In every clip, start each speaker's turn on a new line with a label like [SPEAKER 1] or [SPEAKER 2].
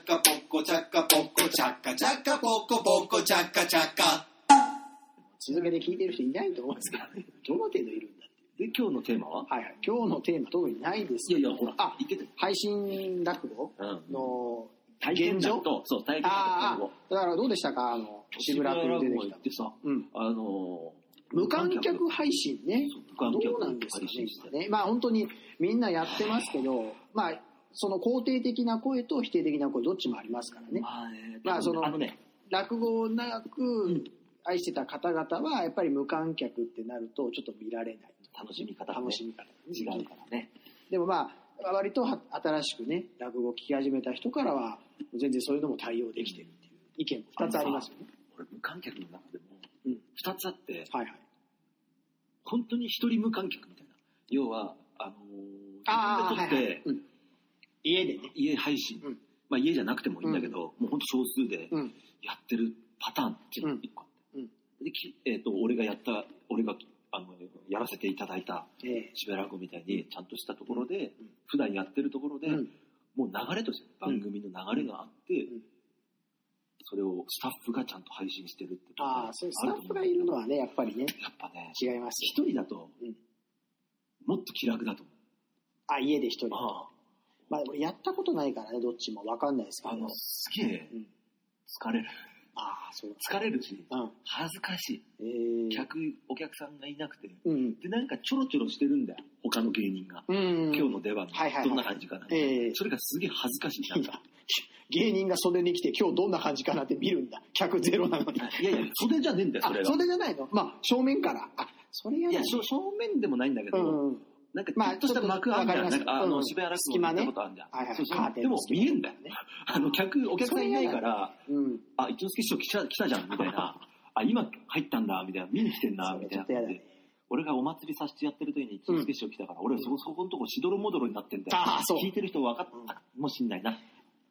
[SPEAKER 1] チャカポコチャカチャカポコポコチャカチャカ
[SPEAKER 2] 続けて聞いてる人いないと思うんですけど、 どの程度いるんだっていう。
[SPEAKER 3] で、今日のテーマは
[SPEAKER 2] はいはい。今日のテーマ特にないです
[SPEAKER 3] いや
[SPEAKER 2] けど
[SPEAKER 3] いや、ほら、
[SPEAKER 2] あ、
[SPEAKER 3] 言ってた
[SPEAKER 2] 配信落語
[SPEAKER 3] よ。うん。
[SPEAKER 2] の
[SPEAKER 3] 体験
[SPEAKER 2] 現
[SPEAKER 3] 談
[SPEAKER 2] 状
[SPEAKER 3] と、そう、体験
[SPEAKER 2] あ
[SPEAKER 3] 談
[SPEAKER 2] ー
[SPEAKER 3] と、
[SPEAKER 2] あー、だからどうでしたかあの、渋谷君出てき
[SPEAKER 3] 行
[SPEAKER 2] た
[SPEAKER 3] っ。てさ、
[SPEAKER 2] うん。
[SPEAKER 3] あのー、
[SPEAKER 2] 無観客配信ね。
[SPEAKER 3] そう無観客
[SPEAKER 2] どうなんですかね
[SPEAKER 3] 配信して
[SPEAKER 2] 今ね。まあ本当にみんなやってますけど、まあ、その肯定的な声と否定的な声どっちもありますからね。
[SPEAKER 3] まあね、
[SPEAKER 2] まあその
[SPEAKER 3] あのね、
[SPEAKER 2] 落語を長
[SPEAKER 3] う
[SPEAKER 2] く
[SPEAKER 3] ん
[SPEAKER 2] 愛してた方々はやっぱり無観客ってなるとちょっと見られない
[SPEAKER 3] 楽しみ方がね
[SPEAKER 2] 楽しみ方が
[SPEAKER 3] 違
[SPEAKER 2] ね
[SPEAKER 3] うからね。
[SPEAKER 2] でもまあ割とは新しくね落語を聞き始めた人からは全然そういうのも対応できてるっていう意見も2つありますよね
[SPEAKER 3] 俺、無観客の中でも
[SPEAKER 2] うん、
[SPEAKER 3] 二つあって、
[SPEAKER 2] はいはい
[SPEAKER 3] 本当に一人無観客みたいな。要は、あのー、自分で撮
[SPEAKER 2] は
[SPEAKER 3] っ
[SPEAKER 2] い
[SPEAKER 3] て、
[SPEAKER 2] はいうん家でね
[SPEAKER 3] 家配信、
[SPEAKER 2] うん
[SPEAKER 3] まあ家じゃなくてもいいんだけど、もう本当少数で
[SPEAKER 2] うん
[SPEAKER 3] やってるパターンっていうのが一個あっ
[SPEAKER 2] う
[SPEAKER 3] て、
[SPEAKER 2] んうん
[SPEAKER 3] できえー、と俺がやった俺があのやらせていただいた
[SPEAKER 2] ええ
[SPEAKER 3] しばらくみたいにちゃんとしたところで、
[SPEAKER 2] うん
[SPEAKER 3] 普段やってるところで、
[SPEAKER 2] うん
[SPEAKER 3] もう流れとして番組の流れがあって、
[SPEAKER 2] ん
[SPEAKER 3] それをスタッフがちゃんと配信してるってこと
[SPEAKER 2] ああそうスタッフがいるのはねやっぱりね
[SPEAKER 3] やっぱね
[SPEAKER 2] 違います
[SPEAKER 3] 一人だと、
[SPEAKER 2] うん
[SPEAKER 3] もっと気楽だと思う
[SPEAKER 2] あ家で一人
[SPEAKER 3] あ
[SPEAKER 2] まあ俺やったことないからねどっちも分かんないですけ
[SPEAKER 3] あ
[SPEAKER 2] ど
[SPEAKER 3] のすげえ
[SPEAKER 2] うん
[SPEAKER 3] 疲れる
[SPEAKER 2] ああそう
[SPEAKER 3] 疲れるし
[SPEAKER 2] うん
[SPEAKER 3] 恥ずかしい
[SPEAKER 2] ええ
[SPEAKER 3] 客お客さんがいなくて
[SPEAKER 2] うん
[SPEAKER 3] でなんかちょろちょろしてるんだよ他の芸人が、
[SPEAKER 2] うん
[SPEAKER 3] 今日の出番、
[SPEAKER 2] はいはいはい
[SPEAKER 3] どんな感じかな、
[SPEAKER 2] ええ
[SPEAKER 3] それがすげえ恥ずかしいなんか
[SPEAKER 2] 芸人が袖に来て今日どんな感じかなって見るんだ客ゼロなのに
[SPEAKER 3] いやいや袖じゃねえんだよ
[SPEAKER 2] あ
[SPEAKER 3] それが
[SPEAKER 2] 袖じゃないのまあ正面からあそれや
[SPEAKER 3] い
[SPEAKER 2] だ
[SPEAKER 3] や正正面でもないんだけ
[SPEAKER 2] う
[SPEAKER 3] ど、
[SPEAKER 2] んうん
[SPEAKER 3] なんか
[SPEAKER 2] まあ
[SPEAKER 3] ちょっとした幕あんじゃん,、
[SPEAKER 2] ちょっとわかります
[SPEAKER 3] なんかあの、
[SPEAKER 2] うん
[SPEAKER 3] 渋谷落
[SPEAKER 2] 隙
[SPEAKER 3] 語
[SPEAKER 2] 間
[SPEAKER 3] 行っ
[SPEAKER 2] ね
[SPEAKER 3] たことあんじゃん、
[SPEAKER 2] はいはい
[SPEAKER 3] そうそう
[SPEAKER 2] カーテン
[SPEAKER 3] でも
[SPEAKER 2] の隙間
[SPEAKER 3] 見えんだよねあの客お客さんいないから
[SPEAKER 2] うん
[SPEAKER 3] あ一之輔師匠来た来たじゃんみた いなあ今入ったんだみたいな見に来てんな
[SPEAKER 2] そ
[SPEAKER 3] み
[SPEAKER 2] れ
[SPEAKER 3] た
[SPEAKER 2] ちょ
[SPEAKER 3] いな
[SPEAKER 2] っとやだね
[SPEAKER 3] 俺がお祭りさせてやってる時に一之輔師匠来たから、俺そこそこのとこしどろもどろになってんだよ
[SPEAKER 2] ああそう
[SPEAKER 3] 聞いてる人分かったかもしんないな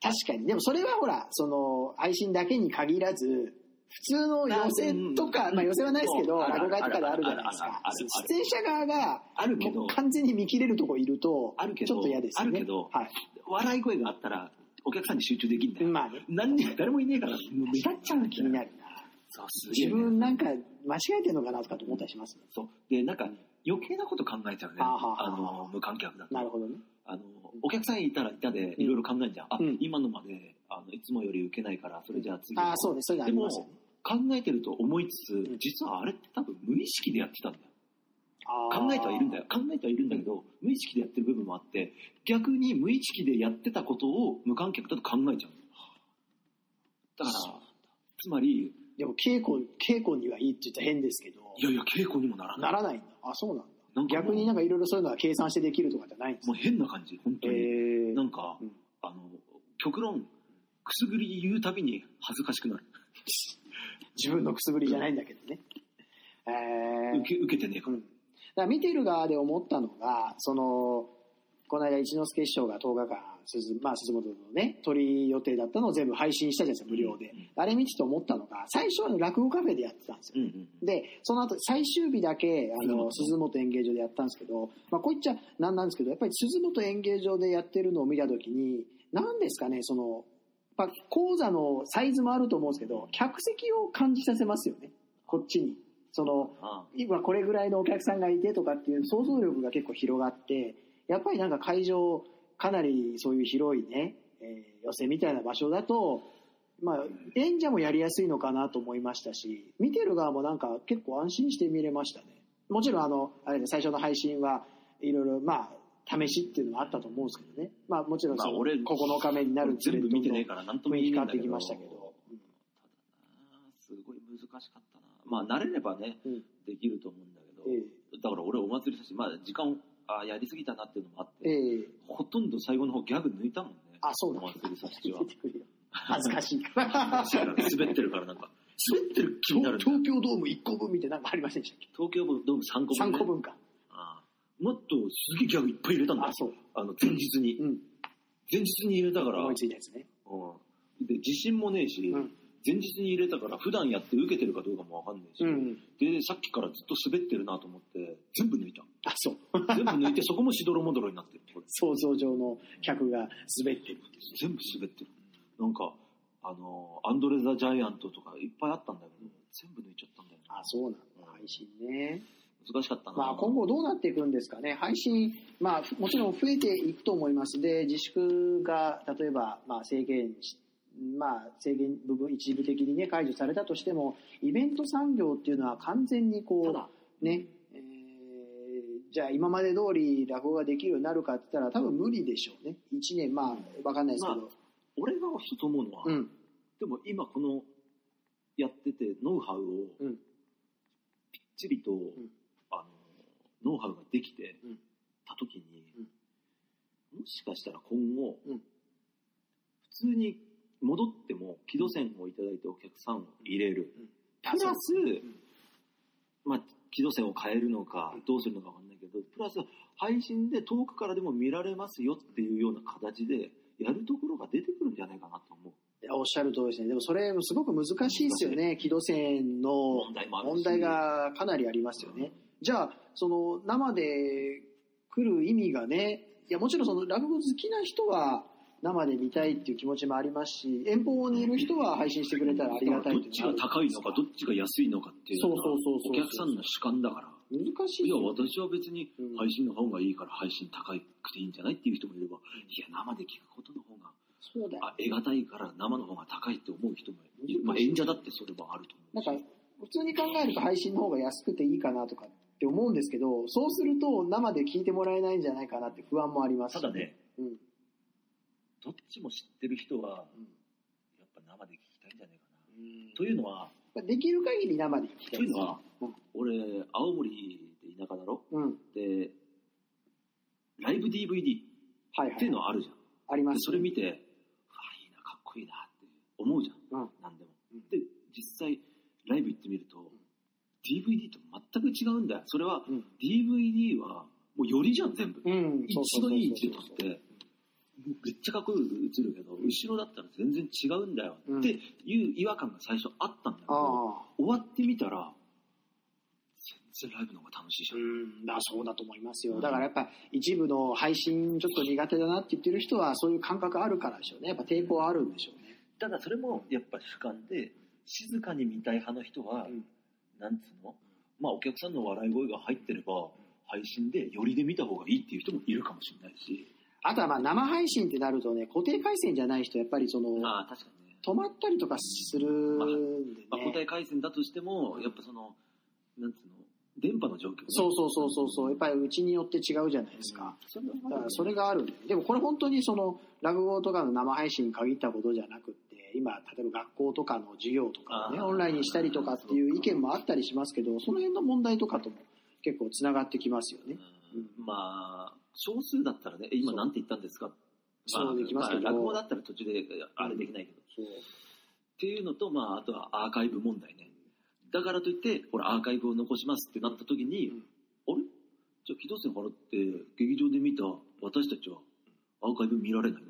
[SPEAKER 2] 確かにでもそれはほらその配信だけに限らず普通の予選と
[SPEAKER 3] まあ
[SPEAKER 2] か、
[SPEAKER 3] うん
[SPEAKER 2] まあ、予選はないですけど
[SPEAKER 3] うん
[SPEAKER 2] 落語会とかであるじゃないです
[SPEAKER 3] あるある
[SPEAKER 2] か
[SPEAKER 3] あるある
[SPEAKER 2] 出演者側が
[SPEAKER 3] あるけど
[SPEAKER 2] もう完全に見切れるとこいると
[SPEAKER 3] あるけ
[SPEAKER 2] ち
[SPEAKER 3] ど
[SPEAKER 2] ょっと嫌ですよね
[SPEAKER 3] あるけど
[SPEAKER 2] はい
[SPEAKER 3] 笑い声があったらお客さんに集中できんだよ、
[SPEAKER 2] まあね
[SPEAKER 3] 何にも誰もいねえからもう目立っちゃう
[SPEAKER 2] 気に
[SPEAKER 3] る
[SPEAKER 2] なるな
[SPEAKER 3] そうすげえ
[SPEAKER 2] 自
[SPEAKER 3] ね
[SPEAKER 2] 分なんか間違えてるのかなとかと思ったりしますね
[SPEAKER 3] そうでなんか余計なこと考えちゃうね
[SPEAKER 2] はあはあ
[SPEAKER 3] あの無観客だと
[SPEAKER 2] なるほどね
[SPEAKER 3] あのお客さんいたらいたでいろいろ考えんじゃん、あ
[SPEAKER 2] うん
[SPEAKER 3] 今のまであのいつもより受けないからそれじゃあ次
[SPEAKER 2] ああそうねそういうのあ
[SPEAKER 3] で
[SPEAKER 2] り
[SPEAKER 3] も
[SPEAKER 2] ますよ
[SPEAKER 3] 考
[SPEAKER 2] ね
[SPEAKER 3] えてると思いつつ、
[SPEAKER 2] うん
[SPEAKER 3] 実はあれって多分無意識でやってたんだよ
[SPEAKER 2] あー
[SPEAKER 3] 考えてはいるんだよ考えてはいるんだけど、無意識でやってる部分もあって逆に無意識でやってたことを無観客だと考えちゃうだ
[SPEAKER 2] そう
[SPEAKER 3] からつまり
[SPEAKER 2] でも稽古稽古にはいいって言ったら変ですけど
[SPEAKER 3] いやいや稽古にもならない
[SPEAKER 2] ならないんだあそうなんだ
[SPEAKER 3] なんかもう
[SPEAKER 2] 逆になんかいろいろそういうのは計算してできるとかじゃないんです
[SPEAKER 3] も
[SPEAKER 2] か
[SPEAKER 3] う変な感じ本当
[SPEAKER 2] へ
[SPEAKER 3] に、
[SPEAKER 2] え
[SPEAKER 3] なんか、
[SPEAKER 2] うん
[SPEAKER 3] あの極論くすぐり言うたびに恥ずかしくなる
[SPEAKER 2] 自分のくすぶりじゃないんだけどねえー
[SPEAKER 3] 受け受けてねえか
[SPEAKER 2] うん、だから見てる側で思ったのがそのこの間一之輔師匠が10日間鈴,、まあ、鈴本のね撮り予定だったのを全部配信したじゃないですか無料で、
[SPEAKER 3] うんうん
[SPEAKER 2] あれ見てて思ったのが最初は落語カフェでやってたんですよ
[SPEAKER 3] ら、うんうん
[SPEAKER 2] でその後最終日だけあの鈴
[SPEAKER 3] 鈴
[SPEAKER 2] 本演芸場でやったんですけど、まあ、こういっちゃなんなんですけどやっぱり鈴本演芸場でやってるのを見た時に何ですかねその、まあ、講座のサイズもあると思うんですけど客席を感じさせますよねこっちに。その
[SPEAKER 3] あ
[SPEAKER 2] 今これぐらいのお客さんがいてとかっていう想像力が結構広がってやっぱりなんか会場かなりそういう広いね、えー寄せみたいな場所だと、まあ、演者もやりやすいのかなと思いましたし見てる側もなんか結構安心して見れましたねもちろんあのあれね最初の配信はいろいろまあ試しっていうのはあったと思うんですけどね、まあ、もちろんそ
[SPEAKER 3] ま
[SPEAKER 2] の
[SPEAKER 3] あ俺
[SPEAKER 2] 9日目になるにつれ
[SPEAKER 3] 全部見てねえ
[SPEAKER 2] どんどん
[SPEAKER 3] からなんとも言えねえんだけ
[SPEAKER 2] 雰囲気変わってきました
[SPEAKER 3] ど
[SPEAKER 2] けどうん
[SPEAKER 3] あーすごい難しかったなまあ慣れればね、
[SPEAKER 2] うん
[SPEAKER 3] できると思うんだけど、
[SPEAKER 2] え
[SPEAKER 3] だから俺お祭りだし、まあ、時間をあーやりすぎたなっていうのもあって、
[SPEAKER 2] えええ
[SPEAKER 3] ほとんど最後の方ギャグ抜いたもんね
[SPEAKER 2] あそうなん
[SPEAKER 3] お
[SPEAKER 2] だ
[SPEAKER 3] 祭りさし
[SPEAKER 2] 出
[SPEAKER 3] ては
[SPEAKER 2] てくるよ恥ずかしいから
[SPEAKER 3] だから滑ってるからなんか滑ってる気になるんだよ
[SPEAKER 2] 東京ドーム1個分みたいなのありませんでしたっ
[SPEAKER 3] 東京ドーム3個
[SPEAKER 2] け
[SPEAKER 3] 分、ね、
[SPEAKER 2] 3個分か
[SPEAKER 3] あーもっとすげえギャグいっぱい入れたんだ
[SPEAKER 2] あ
[SPEAKER 3] よ
[SPEAKER 2] そう
[SPEAKER 3] あの前日に
[SPEAKER 2] うん
[SPEAKER 3] 前日に入れたから、
[SPEAKER 2] 思いついたやつね
[SPEAKER 3] うん、で自信もねえし、
[SPEAKER 2] うん
[SPEAKER 3] 前日に入れたから普段やって受けてるかどうかもわかんないし、
[SPEAKER 2] うん
[SPEAKER 3] でさっきからずっと滑ってるなと思って全部抜いた
[SPEAKER 2] あそう
[SPEAKER 3] 全部抜いてそこもしどろもどろになってるこれ
[SPEAKER 2] 想像上の客が滑ってる
[SPEAKER 3] 全部滑ってるなんかあの、アンドレ・ザ・ジャイアントとかいっぱいあったんだけど、全部抜いちゃったんだよね。
[SPEAKER 2] あ、そうなんだ。配信ね。
[SPEAKER 3] 難しかったな。
[SPEAKER 2] まあ、今後どうなっていくんですかね、配信、まあ、ふもちろん増えていくと思います、で自粛が例えば、まあ、制限し、まあ、制限部分、一部的に、ね、解除されたとしても、イベント産業っていうのは完全にこ
[SPEAKER 3] た
[SPEAKER 2] う、
[SPEAKER 3] だ、
[SPEAKER 2] ねえーじゃあ、今まで通り落語ができるようになるかって言ったら、多分無理でしょうね、1年、まあ、わかんないですけど、
[SPEAKER 3] 俺が一つ思うのは、
[SPEAKER 2] うん、
[SPEAKER 3] でも今この、やってて、ノウハウを、
[SPEAKER 2] うん
[SPEAKER 3] ぴっちりと、あの、ノウハウができて、
[SPEAKER 2] うん
[SPEAKER 3] たときに、もしかしたら今後、
[SPEAKER 2] うん
[SPEAKER 3] 普通に戻っても、軌道線をいただいてお客さんを入れる。
[SPEAKER 2] うん
[SPEAKER 3] プラス、
[SPEAKER 2] ん
[SPEAKER 3] まあ、軌道線を変えるのか
[SPEAKER 2] うん、
[SPEAKER 3] どうするのかわかんないけど、プラス、配信で遠くからでも見られますよっていうような形で、やるところが出てくるんじゃないかなと思う。
[SPEAKER 2] おっしゃる通りですね、でもそれ、すごく難しいですよね、軌道線の
[SPEAKER 3] 問題もあるし。
[SPEAKER 2] 問題がかなりありま
[SPEAKER 3] です
[SPEAKER 2] よね。。じゃあその生で来る意味がねいやもちろんその落語好きな人は生で見たいっていう気持ちもありますし遠方にいる人は配信してくれたらありがたい
[SPEAKER 3] どっちが高いのか、どっちが安いのかっていうのは
[SPEAKER 2] そうそうそうそう
[SPEAKER 3] お客さんの主観だから。
[SPEAKER 2] 難しい
[SPEAKER 3] いや、
[SPEAKER 2] よ
[SPEAKER 3] 私は別に
[SPEAKER 2] うん
[SPEAKER 3] 配信の方がいいから配信高くていいんじゃないっていう人もいれば、いや、生で聞くことの方が、
[SPEAKER 2] そうだよ
[SPEAKER 3] あ、得難いから生の方が高いって思う人も
[SPEAKER 2] 難
[SPEAKER 3] い
[SPEAKER 2] し
[SPEAKER 3] る。
[SPEAKER 2] い
[SPEAKER 3] まあ、演者だってそれはあると
[SPEAKER 2] なん
[SPEAKER 3] 思うし。
[SPEAKER 2] か普通に考えると配信の方が安くていいかなとかって思うんですけどそうすると生で聞いてもらえないんじゃないかなって不安もあります
[SPEAKER 3] ただね、
[SPEAKER 2] うん
[SPEAKER 3] どっちも知ってる人は、
[SPEAKER 2] うん
[SPEAKER 3] やっぱ生で聞きたいんじゃないかな。というのは、
[SPEAKER 2] できる限り生で聞きた
[SPEAKER 3] と
[SPEAKER 2] い
[SPEAKER 3] い
[SPEAKER 2] で
[SPEAKER 3] う
[SPEAKER 2] す
[SPEAKER 3] のは、俺、青森で田舎だろ
[SPEAKER 2] うんは
[SPEAKER 3] で、ライブ DVD っ
[SPEAKER 2] いは
[SPEAKER 3] てい
[SPEAKER 2] い
[SPEAKER 3] うのはあるじゃん。
[SPEAKER 2] ありま
[SPEAKER 3] ですそれ見て、うわ、いいな、かっこいいなって思うじゃん。
[SPEAKER 2] うん
[SPEAKER 3] なんでも
[SPEAKER 2] うん。
[SPEAKER 3] で、実際、ライブ行ってみると、DVD と全く違うんだよ。それは、
[SPEAKER 2] うん
[SPEAKER 3] DVD は、もうよりじゃん、全部。
[SPEAKER 2] うんそう
[SPEAKER 3] 一
[SPEAKER 2] そうそうそう
[SPEAKER 3] 度いい位置で撮って、めっちゃかっこよく映るけど、後ろだったら全然違うんだよ
[SPEAKER 2] うん
[SPEAKER 3] っていう違和感が最初あったんだけど、
[SPEAKER 2] ああ
[SPEAKER 3] 終わってみたら、全然ライブの方が楽しいじゃん。
[SPEAKER 2] うん、だそうだと思いますよ。だからやっぱ一部の配信ちょっと苦手だなって言ってる人はそういう感覚あるからでしょうね。やっぱ抵抗あるんでしょうね。
[SPEAKER 3] ただそれもやっぱ主観で静かに見たい派の人は、
[SPEAKER 2] うん
[SPEAKER 3] なんつうのまあお客さんの笑い声が入ってれば配信でよりで見た方がいいっていう人もいるかもしれないし
[SPEAKER 2] あとはまあ生配信ってなるとね、固定回線じゃない人やっぱりその、
[SPEAKER 3] ああ確かにね、
[SPEAKER 2] 止まったりとかするんで
[SPEAKER 3] まあ、答
[SPEAKER 2] ね。
[SPEAKER 3] え回線だとしてもやっぱそのなんつうの電波の状況ね
[SPEAKER 2] そうそうそうそうそう。やっぱりうちによって違うじゃないですか。
[SPEAKER 3] それは
[SPEAKER 2] だからそれがあるんで。でもこれ本当にその落語とかの生配信に限ったことじゃなくって、今例えば学校とかの授業とかをね、
[SPEAKER 3] あー
[SPEAKER 2] オンラインにしたりとかっていう意見もあったりしますけど、その辺の問題とかとも結構つながってきますよね。
[SPEAKER 3] うんまあ少数だったらねえ今
[SPEAKER 2] そう
[SPEAKER 3] なんて言ったんですか
[SPEAKER 2] そう
[SPEAKER 3] まあ
[SPEAKER 2] できますけど
[SPEAKER 3] まあ落語だったら途中であれできないけど、っていうのと、まあ、あとはアーカイブ問題ね。だからといって、ほら、アーカイブを残しますってなった時に、
[SPEAKER 2] うん
[SPEAKER 3] あれじゃあ、機動線払って、劇場で見た私たちは、アーカイブ見られないの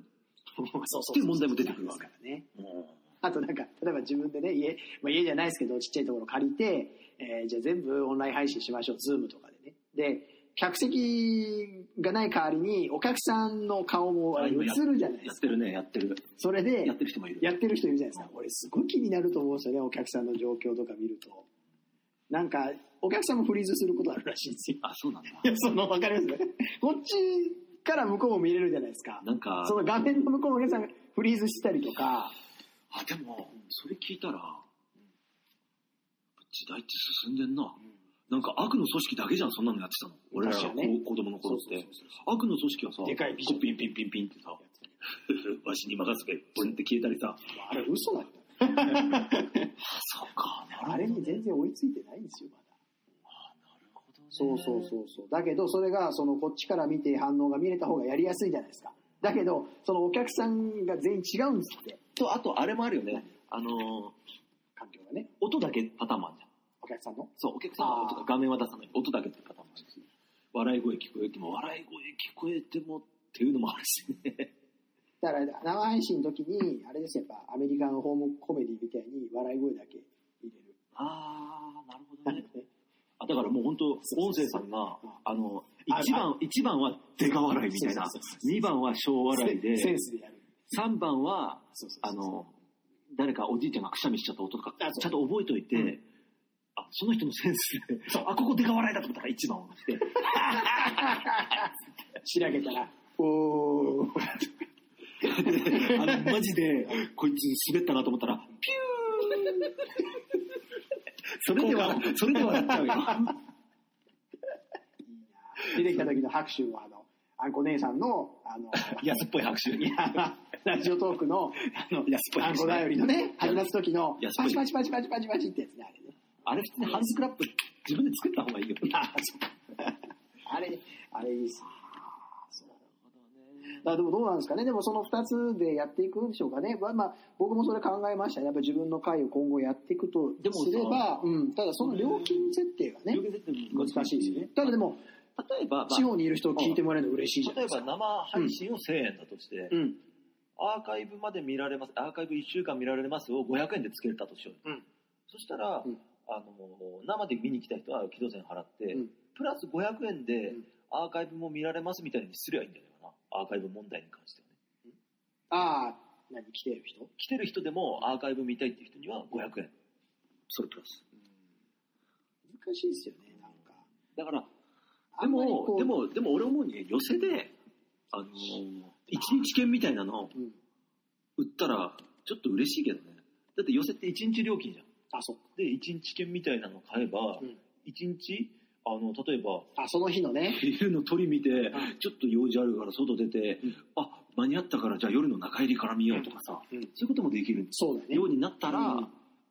[SPEAKER 2] そう
[SPEAKER 3] っていう問題も出てくるわけ
[SPEAKER 2] ですからね。
[SPEAKER 3] も
[SPEAKER 2] あとなんか、例えば自分でね、家、まあ、家じゃないですけど、ちっちゃいところ借りて、えーじゃあ全部オンライン配信しましょう、ズームとかでね。で、客席がない代わりに、お客さんの顔もあれ映るじゃないで
[SPEAKER 3] やっ
[SPEAKER 2] す
[SPEAKER 3] て
[SPEAKER 2] か。
[SPEAKER 3] るね、やってる。
[SPEAKER 2] それで
[SPEAKER 3] や、ってる人もいる。
[SPEAKER 2] やってる人いるじゃないですか。俺すごい気になると思うんですよね、お客さんの状況とか見ると。なんか、お客さんもフリーズすることあるらしいんですよ。
[SPEAKER 3] あ、そうなんだ。
[SPEAKER 2] いや、その、わかります ね。こっちから向こうも見れるじゃないですか。
[SPEAKER 3] なんか、
[SPEAKER 2] その画面の向こうのお客さんがフリーズしたりとか、
[SPEAKER 3] あ、でも、それ聞いたら、時代って進んでんな。なんか悪の組織だけじゃん、そんなのやってたの。俺らが
[SPEAKER 2] 確かにね
[SPEAKER 3] こう子供の頃っ
[SPEAKER 2] そう
[SPEAKER 3] て
[SPEAKER 2] そうそう。
[SPEAKER 3] 悪の組織はさ、
[SPEAKER 2] でかいビジョン
[SPEAKER 3] こうピンピンピンピンっ てさ、わしに任せて、ポンって消えたりさ、
[SPEAKER 2] あれ嘘だった。
[SPEAKER 3] そうか、
[SPEAKER 2] あれに全然追いついてないんですよ、まだ。そうそう
[SPEAKER 3] う。
[SPEAKER 2] そうそう。だけど、それが、その、こっちから見て反応が見れた方がやりやすいじゃないですか。だけど、そのお客さんが全員違うんですって、
[SPEAKER 3] と、あと、あれもあるよね。あのー、
[SPEAKER 2] 環境がね、
[SPEAKER 3] 音だけパターンもあるじゃん。
[SPEAKER 2] お客さんの。
[SPEAKER 3] そう、お客さんは音
[SPEAKER 2] あ
[SPEAKER 3] が
[SPEAKER 2] ー
[SPEAKER 3] 画面は出さない。音だけってパターンもあるし。笑い声聞こえても、笑い声聞こえてもっていうのもあるし ね。
[SPEAKER 2] だから、生配信の時に、あれですよ、やっぱ、アメリカのホームコメディみたいに、笑い声だけ入れる。
[SPEAKER 3] あー、なるほ
[SPEAKER 2] な
[SPEAKER 3] ど
[SPEAKER 2] ん
[SPEAKER 3] ね
[SPEAKER 2] か。ね
[SPEAKER 3] あだからもう本当、
[SPEAKER 2] そう
[SPEAKER 3] 音
[SPEAKER 2] そう
[SPEAKER 3] 声
[SPEAKER 2] そ
[SPEAKER 3] さ
[SPEAKER 2] うん
[SPEAKER 3] が
[SPEAKER 2] うん、
[SPEAKER 3] あの、
[SPEAKER 2] あ
[SPEAKER 3] 一番、一番はデカ笑いみたいな
[SPEAKER 2] そうそうそう。そう
[SPEAKER 3] 二番は小笑い
[SPEAKER 2] セン
[SPEAKER 3] で、
[SPEAKER 2] スでやる。
[SPEAKER 3] 三番は、
[SPEAKER 2] そうそうそう
[SPEAKER 3] あの、誰かおじいちゃんがくしゃみしちゃった音とか
[SPEAKER 2] あそう
[SPEAKER 3] ちゃんと覚えといて、
[SPEAKER 2] うん
[SPEAKER 3] あその人のセンスであここ出が笑いだと思ったから一番をして
[SPEAKER 2] しらけたら、おー。
[SPEAKER 3] あのマジでこいつ滑ったなと思ったらピューそれではそれではなっちゃうよ
[SPEAKER 2] 出てきた時の拍手は、あの、あんこ姉さんの、あ の、
[SPEAKER 3] 安っぽい拍手いや
[SPEAKER 2] ラジオトークの、
[SPEAKER 3] 安っぽい
[SPEAKER 2] あんこ
[SPEAKER 3] 拍
[SPEAKER 2] だよ
[SPEAKER 3] 手
[SPEAKER 2] りのね、始ます時の
[SPEAKER 3] いや、そ
[SPEAKER 2] パ
[SPEAKER 3] う
[SPEAKER 2] チパチパチパチパチパチってやつね、あれね。
[SPEAKER 3] あれ普通にハンズクラップ自分で作った方が いいよ
[SPEAKER 2] あれ、あれいいっすね。あでもどうなんですかね、でもその2つでやっていくんでしょうかね、まあまあ、僕もそれ考えましたね、やっぱり自分の回を今後やっていくと
[SPEAKER 3] でもさ
[SPEAKER 2] すれば、うん、ただその料金設定がね
[SPEAKER 3] 両、手絶対
[SPEAKER 2] 難しいですよね、ただでも、
[SPEAKER 3] 例えば、まあ
[SPEAKER 2] 地方にいる人を聞いてもらえるの嬉しいじゃな
[SPEAKER 4] 例
[SPEAKER 2] い
[SPEAKER 4] え
[SPEAKER 2] です
[SPEAKER 4] ば
[SPEAKER 2] か。
[SPEAKER 4] 生配信を1000円だとして、
[SPEAKER 2] うん、
[SPEAKER 4] アーカイブまで見られます、アーカイブ1週間見られますを500円でつけれたとしよう。
[SPEAKER 2] うん
[SPEAKER 4] そしたら、
[SPEAKER 2] うん
[SPEAKER 4] あの、生で見に来た人は起動線払って、
[SPEAKER 2] うん
[SPEAKER 4] プラス500円で
[SPEAKER 2] うん
[SPEAKER 4] アーカイブも見られますみたいにすりゃいいんじゃないかな。アーカイブ問題に関してはね。
[SPEAKER 2] ああ、何、来てる人
[SPEAKER 4] 来てる人でもアーカイブ見たいっていう人には500円。それプラス。
[SPEAKER 2] 難しいですよね、なんか。
[SPEAKER 3] だから
[SPEAKER 2] あ
[SPEAKER 3] で
[SPEAKER 2] んまりこ
[SPEAKER 3] も
[SPEAKER 2] う
[SPEAKER 3] で、もでも俺思うに寄せであのー一日券みたいなの
[SPEAKER 2] うん、
[SPEAKER 3] 売ったらちょっと嬉しいけどねだって寄せって一日料金じゃん
[SPEAKER 2] あ、そっか。
[SPEAKER 4] で、1日券みたいなの買えば、
[SPEAKER 2] うん
[SPEAKER 4] 一1日、あの、例えば、
[SPEAKER 2] あ、その日のね、
[SPEAKER 3] 昼の鳥見て、
[SPEAKER 2] ん
[SPEAKER 3] ちょっと用事あるから外出て、
[SPEAKER 2] うん
[SPEAKER 3] あ間に合ったからじゃあ夜の中入りから見ようとかさ、
[SPEAKER 2] うん
[SPEAKER 3] そういうこともできる
[SPEAKER 2] そうだね
[SPEAKER 3] よ。うになったら、
[SPEAKER 2] うん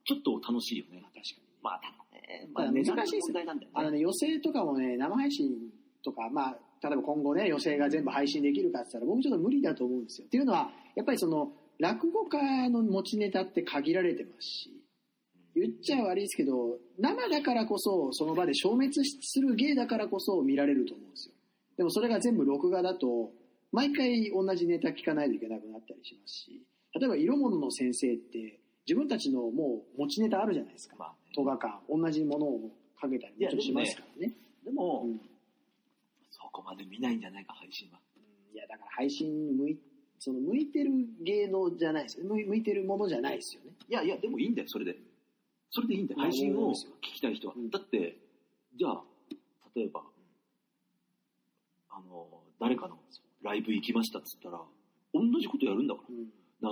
[SPEAKER 3] ちょっと楽しいよね
[SPEAKER 2] まあ、確かに。
[SPEAKER 3] まあただね
[SPEAKER 2] まあ難しいっすよ
[SPEAKER 3] 値段の問題なんだよ
[SPEAKER 2] あのね、予選とかもね、生配信とか、まあ、例えば今後ね、予選が全部配信できるかって言ったら、僕ちょっと無理だと思うんですよ。っていうのは、やっぱりその、落語家の持ちネタって限られてますし、言っちゃ悪いですけど、生だからこそ、その場で消滅する芸だからこそ見られると思うんですよ。でもそれが全部録画だと、毎回同じネタ聞かないといけなくなったりしますし、例えば色物の先生って、自分たちのもう持ちネタあるじゃないですか。
[SPEAKER 3] まあね
[SPEAKER 2] 10日間同じものをかけたりもちろんしますからね。
[SPEAKER 3] でも、
[SPEAKER 2] うん
[SPEAKER 3] そこまで見ないんじゃないか配信はい
[SPEAKER 2] やだから配信向いその向いてる芸能じゃないですよね向い向いてるものじゃないですよね。
[SPEAKER 3] いやいやでもいいんだよそれでそれでいいんだよ
[SPEAKER 2] あ
[SPEAKER 3] 配信
[SPEAKER 2] そう
[SPEAKER 3] を
[SPEAKER 2] で
[SPEAKER 3] 聞
[SPEAKER 2] すよ
[SPEAKER 3] きたい人は、
[SPEAKER 2] うん
[SPEAKER 3] だってじゃあ例えばあの誰かのライブ行きましたっつったら同じことやるんだから
[SPEAKER 2] う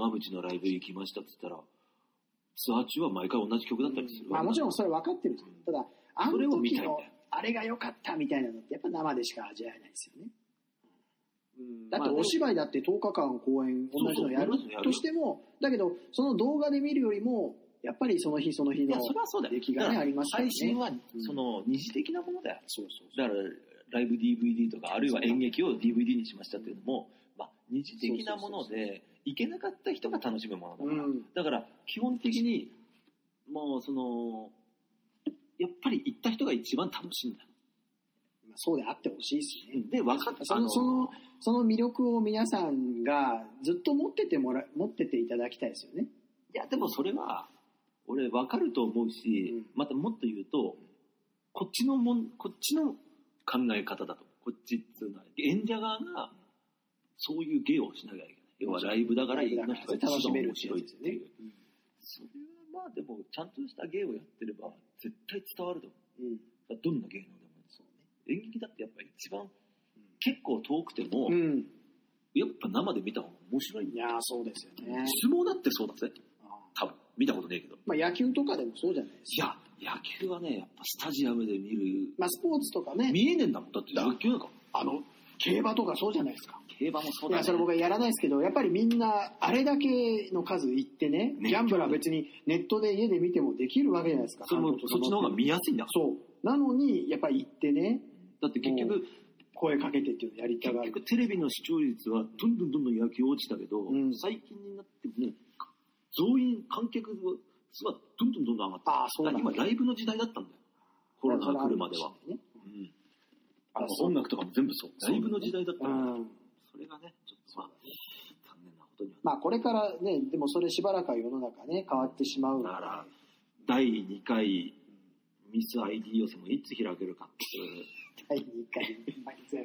[SPEAKER 2] ん
[SPEAKER 3] 長渕のライブ行きましたっつったらツアー中は毎回同じ曲だったりする
[SPEAKER 2] まあもちろ
[SPEAKER 3] ん
[SPEAKER 2] んそれ分かってると思うただあ
[SPEAKER 3] それ
[SPEAKER 2] の
[SPEAKER 3] を見
[SPEAKER 2] 時
[SPEAKER 3] たいんだよ
[SPEAKER 2] のあれが良かったみたいなのってやっぱ生でしか味わえないですよね。だ
[SPEAKER 3] だ
[SPEAKER 2] ってお芝居だって10日間公演同じのやる
[SPEAKER 3] そうそう同じのやる
[SPEAKER 2] としてもだけどその動画で見るよりもやっぱりその日その日
[SPEAKER 4] い
[SPEAKER 2] の
[SPEAKER 4] や、それはそうだよ。
[SPEAKER 2] 出来がね
[SPEAKER 4] だから
[SPEAKER 2] ありますからね
[SPEAKER 4] 配信は、
[SPEAKER 2] ん
[SPEAKER 4] その、二次的なものだよ。
[SPEAKER 2] そうそうそう
[SPEAKER 4] だからライブ DVD とかあるいは演劇を DVD にしましたっていうのも、まあ、二次的なもので行けなかった人が楽しむものだから、
[SPEAKER 2] うん
[SPEAKER 4] だから
[SPEAKER 3] 基本的にもうそのやっぱり行った人が一番楽しいんだよ
[SPEAKER 2] まあそうであってほしいですね。
[SPEAKER 3] で分かった
[SPEAKER 2] そのそのその魅力を皆さんがずっと持っててもら持ってていただきたいですよね。
[SPEAKER 3] いや、でもそれは、俺分かると思うし、
[SPEAKER 2] うん
[SPEAKER 3] またもっと言うと、こっちのもん、こっちの考え方だと思う。こっちっていうのは、演者側が、そういう芸をしなきゃいけない。要はライブだから、いろんな人が一番
[SPEAKER 2] 楽しめる
[SPEAKER 3] 面
[SPEAKER 2] ってや
[SPEAKER 3] 白
[SPEAKER 2] つ
[SPEAKER 3] いっ
[SPEAKER 2] ですね
[SPEAKER 3] ていう。。
[SPEAKER 4] それはまあでもちゃんとした芸をやってれば絶対伝わると思
[SPEAKER 2] うんうん
[SPEAKER 4] うどんな芸能でも
[SPEAKER 2] そう
[SPEAKER 4] 演劇だってやっぱ一番結構遠くても、
[SPEAKER 2] ね。うん。
[SPEAKER 3] やっぱ生で見た方が面白いん
[SPEAKER 2] い
[SPEAKER 3] だ
[SPEAKER 2] やーそうですよね。
[SPEAKER 3] 相撲だってそうだぜ。
[SPEAKER 2] あ
[SPEAKER 3] 多分。見たことねえけど。
[SPEAKER 2] ーまあ野球とかでもそうじゃないです
[SPEAKER 3] い
[SPEAKER 2] か。
[SPEAKER 3] や、野球はね、やっぱスタジアムで見る、
[SPEAKER 2] まあスポーツとかね、
[SPEAKER 3] 見えねえんだもん。だって野球なんか、
[SPEAKER 2] あの、競馬とかそうじゃないですか。
[SPEAKER 3] 競馬もそう
[SPEAKER 2] い
[SPEAKER 3] だね。
[SPEAKER 2] や、それ僕はやらないですけど、やっぱりみんな、あれだけの数行ってね、
[SPEAKER 3] ね
[SPEAKER 2] ギャンブルは別にネットで家で見てもできるわけじゃないですか。
[SPEAKER 3] それもそっちの方が見やすいんだから
[SPEAKER 2] そう。なのに、やっぱり行ってね、
[SPEAKER 3] だって結
[SPEAKER 2] も
[SPEAKER 3] 局、
[SPEAKER 2] 声かけてっていうのやりた
[SPEAKER 3] 結
[SPEAKER 2] がる。
[SPEAKER 3] 局テレビの視聴率はどんどんどんどん野球落ちたけど、
[SPEAKER 2] ん
[SPEAKER 3] 最近になってね、増員、観客数はどんどんどんどん上がってる
[SPEAKER 2] ああそうなんだ
[SPEAKER 3] だから今ライブの時代だったんだよ。コロナが来るまでは。。
[SPEAKER 2] ね、
[SPEAKER 3] うんあの
[SPEAKER 2] あそう
[SPEAKER 3] 音楽とかも全部そう。
[SPEAKER 2] そう
[SPEAKER 3] ライブの時代だった
[SPEAKER 2] う
[SPEAKER 3] から、
[SPEAKER 2] ん。
[SPEAKER 3] それがね、ちょっとまあ、残念なことには。
[SPEAKER 2] まあこれからね、でもそれしばらくは世の中ね、変わってしまうので
[SPEAKER 3] だから、第2回ミス ID 予選もいつ開けるかっていう
[SPEAKER 2] 第1回、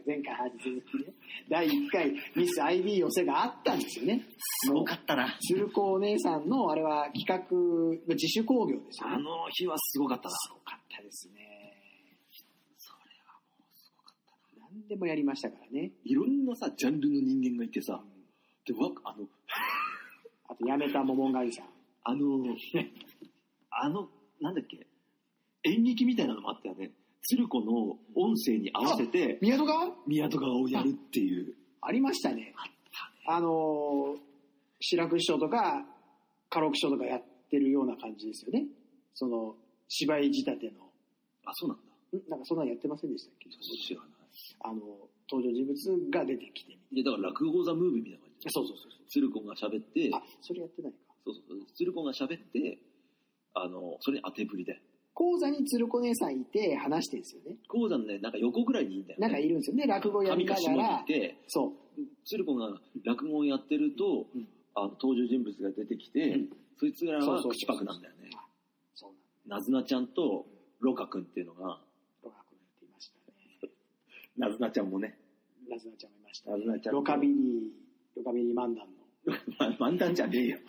[SPEAKER 2] 前回話続きね、第1回ミス ID 寄せがあったんですよね。
[SPEAKER 4] すごかったな。
[SPEAKER 2] 鶴子お姉さんの、あれは企画、自主興行ですよ
[SPEAKER 4] あ
[SPEAKER 2] ね。
[SPEAKER 4] の日はすごかったな。
[SPEAKER 2] すごかったですね。それはもうすごかったな。何でもやりましたからね。
[SPEAKER 3] いろんなさ、ジャンルの人間がいてさ、で、わ、あの、
[SPEAKER 2] あと、やめたモモンガリさん。
[SPEAKER 3] あの、 あの、なんだっけ、演劇みたいなのもあったよね。鶴子の音声に合わせて、
[SPEAKER 2] 宮戸川
[SPEAKER 3] 宮戸川をやるっていう。
[SPEAKER 2] ありましたね。あのー、志らく師匠とか、家禄師匠とかやってるような感じですよね。その、芝居仕立ての。
[SPEAKER 3] あ、そうなんだ。
[SPEAKER 2] んなんかそんなんやってませんでしたっけ
[SPEAKER 3] 知らな
[SPEAKER 2] あの、登場人物が出てきて。
[SPEAKER 3] い。で、だから落語座ムービーみたいな感じ。
[SPEAKER 2] そうそうそうそ
[SPEAKER 3] 鶴子が喋って、
[SPEAKER 2] あ、それやってないか。
[SPEAKER 3] そうそう、鶴子が喋って、あの、それに当てぶりで。
[SPEAKER 2] 講座に鶴子姉さんいて話してるんですよね。
[SPEAKER 3] 講座のね、なんか横ぐらいにいいんだよ
[SPEAKER 2] な
[SPEAKER 3] ね。
[SPEAKER 2] んかいるんですよね。落語やり
[SPEAKER 3] 上
[SPEAKER 2] なが
[SPEAKER 3] か下に
[SPEAKER 2] ら
[SPEAKER 3] い。て、
[SPEAKER 2] そう。
[SPEAKER 3] 鶴子が落語をやってると、
[SPEAKER 2] うん
[SPEAKER 3] あの登場人物が出てきて、
[SPEAKER 2] うん
[SPEAKER 3] そいつら
[SPEAKER 2] そうそう
[SPEAKER 3] は
[SPEAKER 2] そう
[SPEAKER 3] 口パクなんだよね。
[SPEAKER 2] そうなんで
[SPEAKER 3] なずなちゃんとろかくんっていうのが、
[SPEAKER 2] す。ロカ君っていましたね。
[SPEAKER 3] なずなちゃんもね、
[SPEAKER 2] ラズナちゃんもいました、
[SPEAKER 3] なずなちゃん
[SPEAKER 2] ロ
[SPEAKER 3] も
[SPEAKER 2] カビリー、ロカビリー漫談の。
[SPEAKER 3] ま漫談じゃねえよ。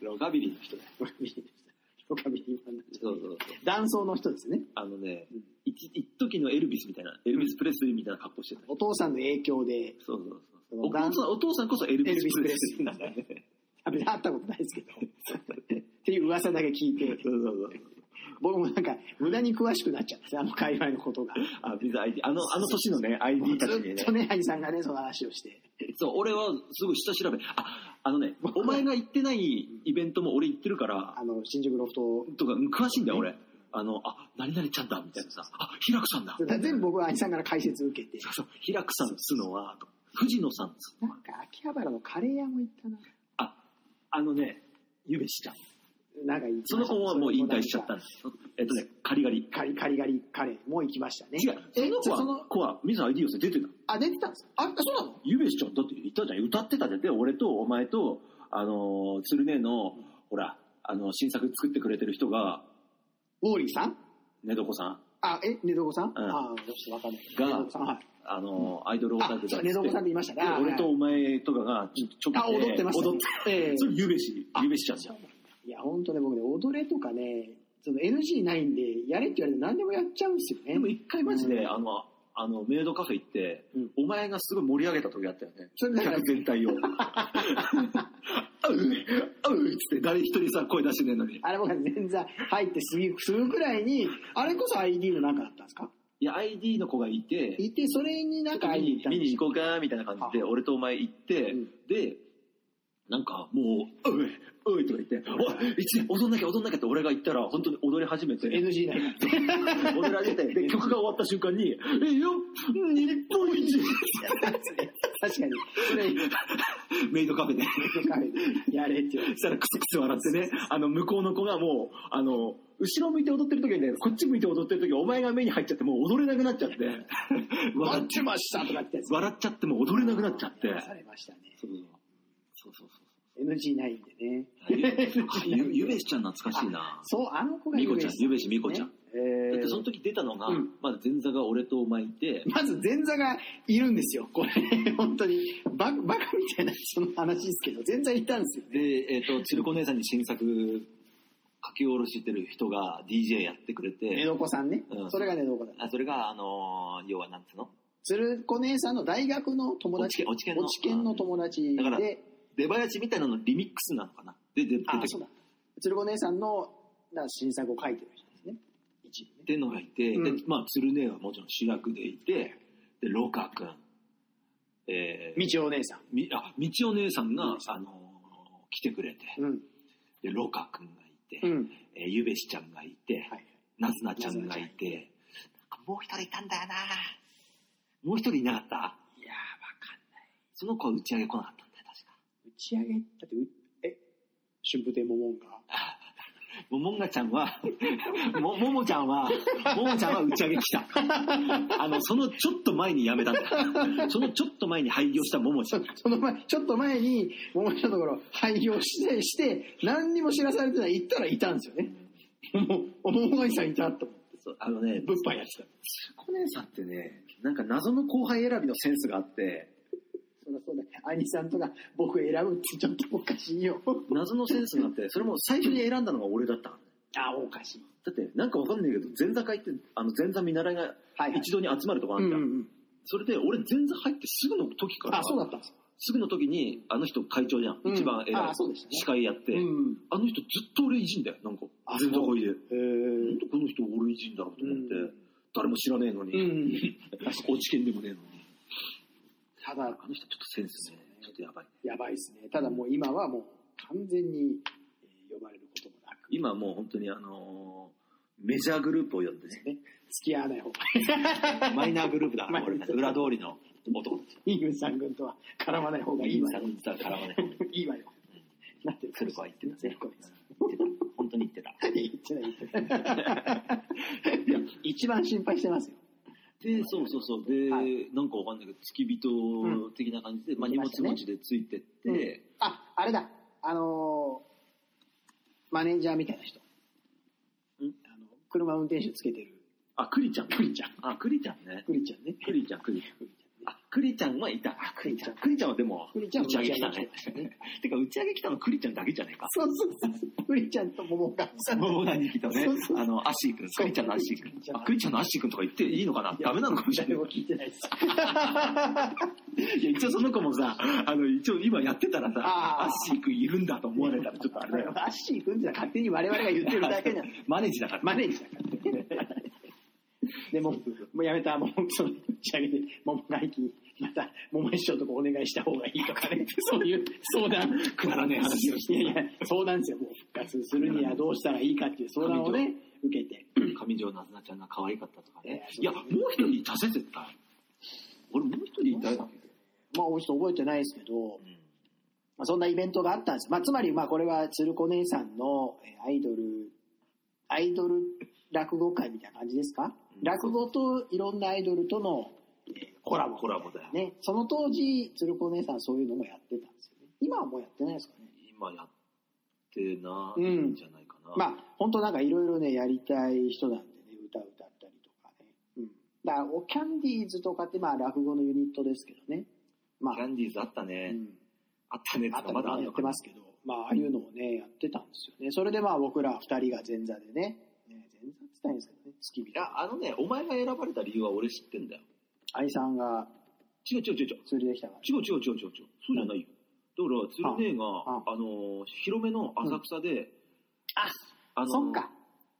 [SPEAKER 3] ロカビリーの人だよ。
[SPEAKER 2] ロカビリーでしたロカビリー漫談じゃ
[SPEAKER 3] そ
[SPEAKER 2] な
[SPEAKER 3] う
[SPEAKER 2] い。
[SPEAKER 3] そうそう。
[SPEAKER 2] 男装の人ですね。
[SPEAKER 3] あのね
[SPEAKER 2] うん、
[SPEAKER 3] 一一時のエルビスみたいな、エルビス・プレスリーみたいな格好してた。
[SPEAKER 2] お父さんの影響で、
[SPEAKER 3] そうそうそう。
[SPEAKER 2] そ
[SPEAKER 3] お
[SPEAKER 2] うだん
[SPEAKER 3] 父さんお父さんこそエルビ
[SPEAKER 2] エルビ
[SPEAKER 3] ス・
[SPEAKER 2] スプ
[SPEAKER 3] プ
[SPEAKER 2] レ
[SPEAKER 3] レ
[SPEAKER 2] スリ
[SPEAKER 3] スリ
[SPEAKER 2] ー
[SPEAKER 3] ーなんだよね。
[SPEAKER 2] あ別に会ったことないです けど、っていう噂だけ聞いて、
[SPEAKER 3] そうそうそう。
[SPEAKER 2] 僕もなんか、無駄に詳しくなっちゃって、あの界隈のことが。
[SPEAKER 3] あ、ビザ ID、あの、あの年のね、ID たちに
[SPEAKER 2] ず
[SPEAKER 3] ね
[SPEAKER 2] っと。ね、兄さんがね、その話をして。
[SPEAKER 3] そう、俺はすぐ下調べ。あ、あのね、お前が行ってないイベントも俺行ってるから、
[SPEAKER 2] あの、新宿ロフト、
[SPEAKER 3] とか、うん詳しいんだよ、俺。あの、あ、何々ちゃんだ、みたいなさ。あ、平くさんだ。
[SPEAKER 2] だ全部僕は兄さんから解説受けて、
[SPEAKER 3] そうそう、平くさんっつうのは、と藤野さんっつう
[SPEAKER 2] なんか秋葉原のカレー屋も行ったな。
[SPEAKER 3] あ、あのね、ゆべしちゃん。
[SPEAKER 2] なんか行きました
[SPEAKER 3] その子はもう引退しちゃったんです。えっとね、カリガリ。
[SPEAKER 2] カリカリガリカレーも行きましたね。
[SPEAKER 3] 違う、
[SPEAKER 2] え、
[SPEAKER 3] そ
[SPEAKER 2] そ
[SPEAKER 3] の子は
[SPEAKER 2] の、、
[SPEAKER 3] 子は、ミス ID 寄せ出てた。
[SPEAKER 2] あ、出てたんですあ、そうなの
[SPEAKER 3] ゆべしちゃん、だって言ったじゃん。歌ってたで、で、俺とお前と、あのー、鶴姉の、ほら、あの、新作作ってくれてる人が、
[SPEAKER 2] ウォーリーさん
[SPEAKER 3] 寝床さん、
[SPEAKER 2] あ、え、寝床さん、
[SPEAKER 3] うん
[SPEAKER 2] あ、ちょっとわかんないけど。寝
[SPEAKER 3] が
[SPEAKER 2] 床さん、はい。
[SPEAKER 3] あのー、アイドルオタクだ
[SPEAKER 2] あ、
[SPEAKER 3] っ
[SPEAKER 2] 寝
[SPEAKER 3] つっ
[SPEAKER 2] 床
[SPEAKER 3] て
[SPEAKER 2] さんって言いましたね。あ
[SPEAKER 3] 俺とお前とかが、ちょちょっ
[SPEAKER 2] あ、踊ってました、ね。
[SPEAKER 3] 踊って
[SPEAKER 2] ええ
[SPEAKER 3] それ、ゆべし、ゆべしちゃんじゃん。
[SPEAKER 2] いや、本当ね、僕ね、踊れとかね、その NG ないんで、やれって言われて何でもやっちゃうんですよね。
[SPEAKER 3] でも一回マジ
[SPEAKER 2] う
[SPEAKER 3] で、
[SPEAKER 2] ん
[SPEAKER 3] あの、あの、メイドカフェ行って、
[SPEAKER 2] うん
[SPEAKER 3] お前がすごい盛り上げた時あったよね。
[SPEAKER 2] それなんか
[SPEAKER 3] 客全 体を。 あう、あうっつって誰一人さ、声出してねえのに。
[SPEAKER 2] あれ僕は全然入ってすぎ、すぐくらいに、あれこそ ID の中だったんですか
[SPEAKER 3] いや、ID の子がいて、
[SPEAKER 2] いて、それになんか
[SPEAKER 3] 見
[SPEAKER 2] 会いに行っ
[SPEAKER 3] に
[SPEAKER 2] たん
[SPEAKER 3] 見
[SPEAKER 2] です
[SPEAKER 3] に
[SPEAKER 2] よ。
[SPEAKER 3] 行こうか、みたいな感じで、俺とお前行って、
[SPEAKER 2] うん
[SPEAKER 3] で、なんかもう、うい、ういとか言って、おい、一年踊んなきゃ踊んなきゃって俺が言ったら、本当に踊り始めて、
[SPEAKER 2] NG ない。
[SPEAKER 3] 踊ら れて、で、曲が終わった瞬間に、え、よ、日本一
[SPEAKER 2] 確かに。それ、
[SPEAKER 3] メイドカフェで。
[SPEAKER 2] やれって言われ
[SPEAKER 3] そしたらクスクス笑ってね、あの、向こうの子がもう、あの、後ろ向いて踊ってる時にね、こっち向いて踊ってる時、お前が目に入っちゃって、もう踊れなくなっ ちゃって、笑っちゃ
[SPEAKER 2] てましたとかってやつ
[SPEAKER 3] 笑っちゃって、もう踊れなくなっちゃって。
[SPEAKER 2] されましたね。
[SPEAKER 3] そうそうそう。
[SPEAKER 2] NG ないんでね。
[SPEAKER 3] ゆゆべしちゃん懐かしいな。
[SPEAKER 2] そう、あの子が
[SPEAKER 3] みこちゃん、ゆべ
[SPEAKER 2] し
[SPEAKER 3] しみこちゃん。。
[SPEAKER 2] え
[SPEAKER 3] だってその
[SPEAKER 2] ー、
[SPEAKER 3] 時出たのが、
[SPEAKER 2] うん
[SPEAKER 3] まだ前座が俺とお前いて、
[SPEAKER 2] まず前座がいるんですよ。これ、本当に。バカ、バカみたいなその話ですけど、前座いたんですよ。
[SPEAKER 3] で、えっ、と、鶴子姉さんに新作書き下ろしてる人が DJ やってくれ
[SPEAKER 2] 寝
[SPEAKER 3] て、
[SPEAKER 2] 床さんね
[SPEAKER 3] う。ん
[SPEAKER 2] それが寝床さん。
[SPEAKER 3] あそれが、あのー要はなんつうの
[SPEAKER 2] 鶴子姉さんの大学の友達。
[SPEAKER 3] 落研落
[SPEAKER 2] 落研
[SPEAKER 3] 研の
[SPEAKER 2] の友達
[SPEAKER 3] だから
[SPEAKER 2] で、
[SPEAKER 3] 出囃子みたいなのリミックスなのかなで、で、出
[SPEAKER 2] あ、
[SPEAKER 3] て
[SPEAKER 2] そ
[SPEAKER 3] く
[SPEAKER 2] う
[SPEAKER 3] る
[SPEAKER 2] だ。鶴子姉さんのだから新作を書いてる人ですね。一部ね。
[SPEAKER 3] ってのがいて、
[SPEAKER 2] うん
[SPEAKER 3] で、まあ、鶴姉はもちろん主役でいて、で、ロカ君、えー、
[SPEAKER 2] みちお姉さん。
[SPEAKER 3] み、あ、みちお姉さんが、あのー来てくれて、
[SPEAKER 2] うん。
[SPEAKER 3] で、ロカ君がいて、
[SPEAKER 2] うん。
[SPEAKER 3] えーゆべしちゃんがいて、
[SPEAKER 2] はい。
[SPEAKER 3] なずなちゃんがいて、なんかもう一人いたんだよなもう一人いなかった
[SPEAKER 2] いやー、わかんない。
[SPEAKER 3] その子は打ち上げ来なかったんだよ、確か。
[SPEAKER 2] 打ち上げ、だってう、え、春風亭モモンガ。
[SPEAKER 3] ももんがちゃんは、 も、ももちゃ んは、ももちゃんは打ち上げ来た。 あの、そのちょっと前に辞めたんだ。そのちょっと前に廃業したももちゃ
[SPEAKER 2] そ
[SPEAKER 3] ん。
[SPEAKER 2] その前、ちょっと前に、ももちゃんのところ、廃業して、して、何にも知らされてない、行ったらいたんですよね。もう、おももがいさんいたと思って。
[SPEAKER 3] そうあのね、
[SPEAKER 5] 物販やってた。
[SPEAKER 4] コネさんってね、なんか謎の後輩選びのセンスがあって、
[SPEAKER 2] そりゃそうだよ。兄さんとか僕選ぶってちょっとおかしいよ。
[SPEAKER 4] 謎のセンスがあって、それも最初に選んだのが俺だったからね
[SPEAKER 2] あ、おかしい。
[SPEAKER 4] だって、なんかわかんないけど、前座会って、あの前座見習いが
[SPEAKER 2] はい、はい。
[SPEAKER 4] 一度に集まるとこあ
[SPEAKER 2] うんん
[SPEAKER 4] じ
[SPEAKER 2] う
[SPEAKER 4] ゃん。
[SPEAKER 2] ん
[SPEAKER 4] それで、俺前座入ってすぐの時
[SPEAKER 2] う
[SPEAKER 4] か
[SPEAKER 2] ん。
[SPEAKER 4] ら、
[SPEAKER 2] あ、そうだったんです。
[SPEAKER 4] すぐの時に、あの人会長じゃん。
[SPEAKER 2] うん
[SPEAKER 4] 一番偉い
[SPEAKER 2] あ、。そうでしたね
[SPEAKER 4] 司。会やって、
[SPEAKER 2] うん。
[SPEAKER 4] あの人ずっと俺いじんだよ、なんか。
[SPEAKER 2] あ
[SPEAKER 4] 前座会で。
[SPEAKER 2] へ
[SPEAKER 4] なん
[SPEAKER 2] ー
[SPEAKER 4] でこの人俺いじんだろうと思って、
[SPEAKER 2] うん
[SPEAKER 4] 誰も知らねえの
[SPEAKER 2] う
[SPEAKER 4] に、
[SPEAKER 2] ん。
[SPEAKER 4] 落ち見でもねえのに。
[SPEAKER 2] ただ、
[SPEAKER 4] あの人ちょっとセンスね、ちょっとやばい。
[SPEAKER 2] やばいですね。ただもう今はもう完全にえー呼ばれることもなく。
[SPEAKER 4] 今もう本当にあのーメジャーグループを呼んでね、
[SPEAKER 2] 付き合わない方 が、
[SPEAKER 4] マイナーグループだ
[SPEAKER 2] マイナー
[SPEAKER 4] 俺たち裏通りの男たち。
[SPEAKER 2] イーグンさん軍とは絡まない方がい
[SPEAKER 4] イ
[SPEAKER 2] い
[SPEAKER 4] ン
[SPEAKER 2] わ
[SPEAKER 4] サ
[SPEAKER 2] よ。
[SPEAKER 4] ンさん絡まない。
[SPEAKER 2] いいわよ。なんていうの
[SPEAKER 4] セルコは言ってたね
[SPEAKER 2] セルコです。
[SPEAKER 4] 本当に言ってた。
[SPEAKER 2] 言ってない言ってない。いや一番心配してますよ。
[SPEAKER 3] で、そうそうそう。で、
[SPEAKER 2] は
[SPEAKER 3] なんかわかんないけど、付き人的な感じで、まあ荷
[SPEAKER 2] 行きま
[SPEAKER 3] 物
[SPEAKER 2] したね
[SPEAKER 3] 持ちでついてって、
[SPEAKER 2] あ、あれだ。あのーマネージャーみたいな人。あの車運転手つけてる。
[SPEAKER 3] あ、クリちゃん。
[SPEAKER 2] クリちゃん。
[SPEAKER 3] あ、クリちゃんね。
[SPEAKER 2] クリちゃんね。
[SPEAKER 3] クリちゃん、クリちゃん。
[SPEAKER 2] クリちゃんね。
[SPEAKER 3] あ、クリちゃんはいた。あ、クリちゃん。クリちゃんはでも、
[SPEAKER 2] クリちゃん
[SPEAKER 3] 打ち上げ来たね。
[SPEAKER 2] ね。
[SPEAKER 3] てか、打ち上げ来たのクリちゃんだけじゃねえか。
[SPEAKER 2] そうそうそう。クリちゃんと桃が。
[SPEAKER 3] 桃が2匹とね
[SPEAKER 2] そうそう、
[SPEAKER 3] あの、アッシーくん、クリちゃんのアッシーく
[SPEAKER 2] そうクリちゃん
[SPEAKER 3] ん。あ、クリちゃんのアッシーくんとか言っていいのかなダメなのかもしれ
[SPEAKER 2] 誰
[SPEAKER 3] ない
[SPEAKER 2] も。聞いてないです。
[SPEAKER 3] いや、一応その子もさ、あの、一応今やってたらさ、
[SPEAKER 2] あー
[SPEAKER 3] アッシーくんいるんだと思われたらちょっとあれだ よ。
[SPEAKER 2] アッシーくんじゃ勝手に我々が言ってるだけじゃ ん。
[SPEAKER 3] マネージだから。
[SPEAKER 2] マネージャーだから。でも、もうやめた、もう、その、仕上げて、桃が行き、また、桃井師匠とかお願いした方がいいとかね、そういう相談。
[SPEAKER 3] くだらねえ話をして
[SPEAKER 2] いやいや、相談ですよ、もう。復活するにはどうしたらいいかっていう相談をね、受け て。
[SPEAKER 3] 上条なずなちゃんが可愛かったとかね。
[SPEAKER 2] えー
[SPEAKER 3] いや、もう一人いたぜ、絶対。俺、もう一人いたよ。
[SPEAKER 2] まあ、お人覚えてないですけど、まあ、そんなイベントがあったんです。まあ、つまり、まあ、これは鶴子姉さんのえーアイドル、アイドル落語会みたいな感じですか、落語といろんなアイドルとの、えーコラボ。
[SPEAKER 3] コラボだよ。
[SPEAKER 2] ね、その当時、鶴子姉さんはそういうのもやってたんですよね。今はもうやってないですかね。
[SPEAKER 3] 今やってな
[SPEAKER 2] う
[SPEAKER 3] い
[SPEAKER 2] ん
[SPEAKER 3] んじゃないかな。
[SPEAKER 2] まあ、本当なんかいろいろね、やりたい人なんでね、歌歌ったりとかね。うん。だから、おキャンディーズとかって、まあ、落語のユニットですけどね。まあ
[SPEAKER 3] キ、ャンディーズあった
[SPEAKER 2] う
[SPEAKER 3] ね。
[SPEAKER 2] ん。
[SPEAKER 3] あったねって
[SPEAKER 2] あ
[SPEAKER 3] いう
[SPEAKER 2] と
[SPEAKER 3] かまだある
[SPEAKER 2] やっ
[SPEAKER 3] の
[SPEAKER 2] て
[SPEAKER 3] か
[SPEAKER 2] ま
[SPEAKER 3] な。
[SPEAKER 2] すけど、まあ、ああいうのをね、やってたんですよね。それでまあ、僕ら二人が前座でね、ね前座って言ったらいいんですけどね、月
[SPEAKER 3] いや
[SPEAKER 2] 日、。
[SPEAKER 3] あのね、お前が選ばれた理由は俺知ってんだよ。
[SPEAKER 2] 愛さんが
[SPEAKER 3] 違う違う違う違う。
[SPEAKER 2] 釣りできたから。
[SPEAKER 3] 違う違う違う違う違う。そうじゃないよ。だから、鶴姉が、
[SPEAKER 2] あ
[SPEAKER 3] あのー、広めの浅草で、あのー
[SPEAKER 2] そっか。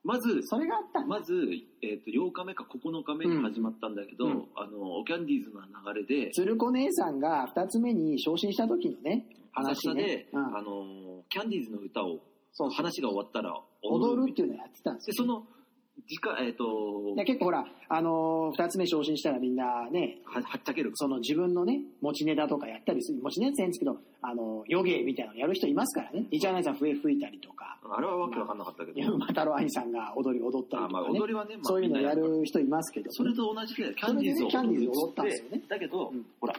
[SPEAKER 3] まず、
[SPEAKER 2] それがあったんだ。
[SPEAKER 3] まず、えっ、と、8日目か9日目に始まったんだけど、
[SPEAKER 2] うんうん
[SPEAKER 3] あの、おキャンディーズの流れで、
[SPEAKER 2] 鶴子姉さんが二つ目に昇進した時のね、
[SPEAKER 3] 浅
[SPEAKER 2] 話
[SPEAKER 3] 草
[SPEAKER 2] ね
[SPEAKER 3] で、。
[SPEAKER 2] うん
[SPEAKER 3] あの、キャンディーズの歌を、
[SPEAKER 2] そうそう
[SPEAKER 3] 話が終わったら
[SPEAKER 2] 踊る
[SPEAKER 3] み
[SPEAKER 2] って
[SPEAKER 3] たい
[SPEAKER 2] いうのをやってたんで
[SPEAKER 3] な
[SPEAKER 2] す
[SPEAKER 3] で、
[SPEAKER 2] よ。
[SPEAKER 3] その、時間、えっ、と、
[SPEAKER 2] で結構ほら、あのー二つ目昇進したらみんなね、
[SPEAKER 3] ははっちゃける
[SPEAKER 2] その自分のね、持ちネタとかやったりする、持ちネタじゃないんですけど、あのー、余芸みたいなのやる人いますからね。一穴さん笛吹いたりとか、
[SPEAKER 3] あれはわけわかんなかったけ ど、
[SPEAKER 2] 馬太郎兄さんが踊り踊ったり
[SPEAKER 3] あ
[SPEAKER 2] と
[SPEAKER 3] まあ、
[SPEAKER 2] かね
[SPEAKER 3] 踊。りはね、まあ、
[SPEAKER 2] そういうのや
[SPEAKER 3] みんなから
[SPEAKER 2] る人いますけど、
[SPEAKER 3] それと同じで、キャンディーズ
[SPEAKER 2] それでね
[SPEAKER 3] を
[SPEAKER 2] キャンディーズを
[SPEAKER 3] 踊
[SPEAKER 2] 踊ったんですよね
[SPEAKER 3] だけど、
[SPEAKER 2] うん
[SPEAKER 3] ほら、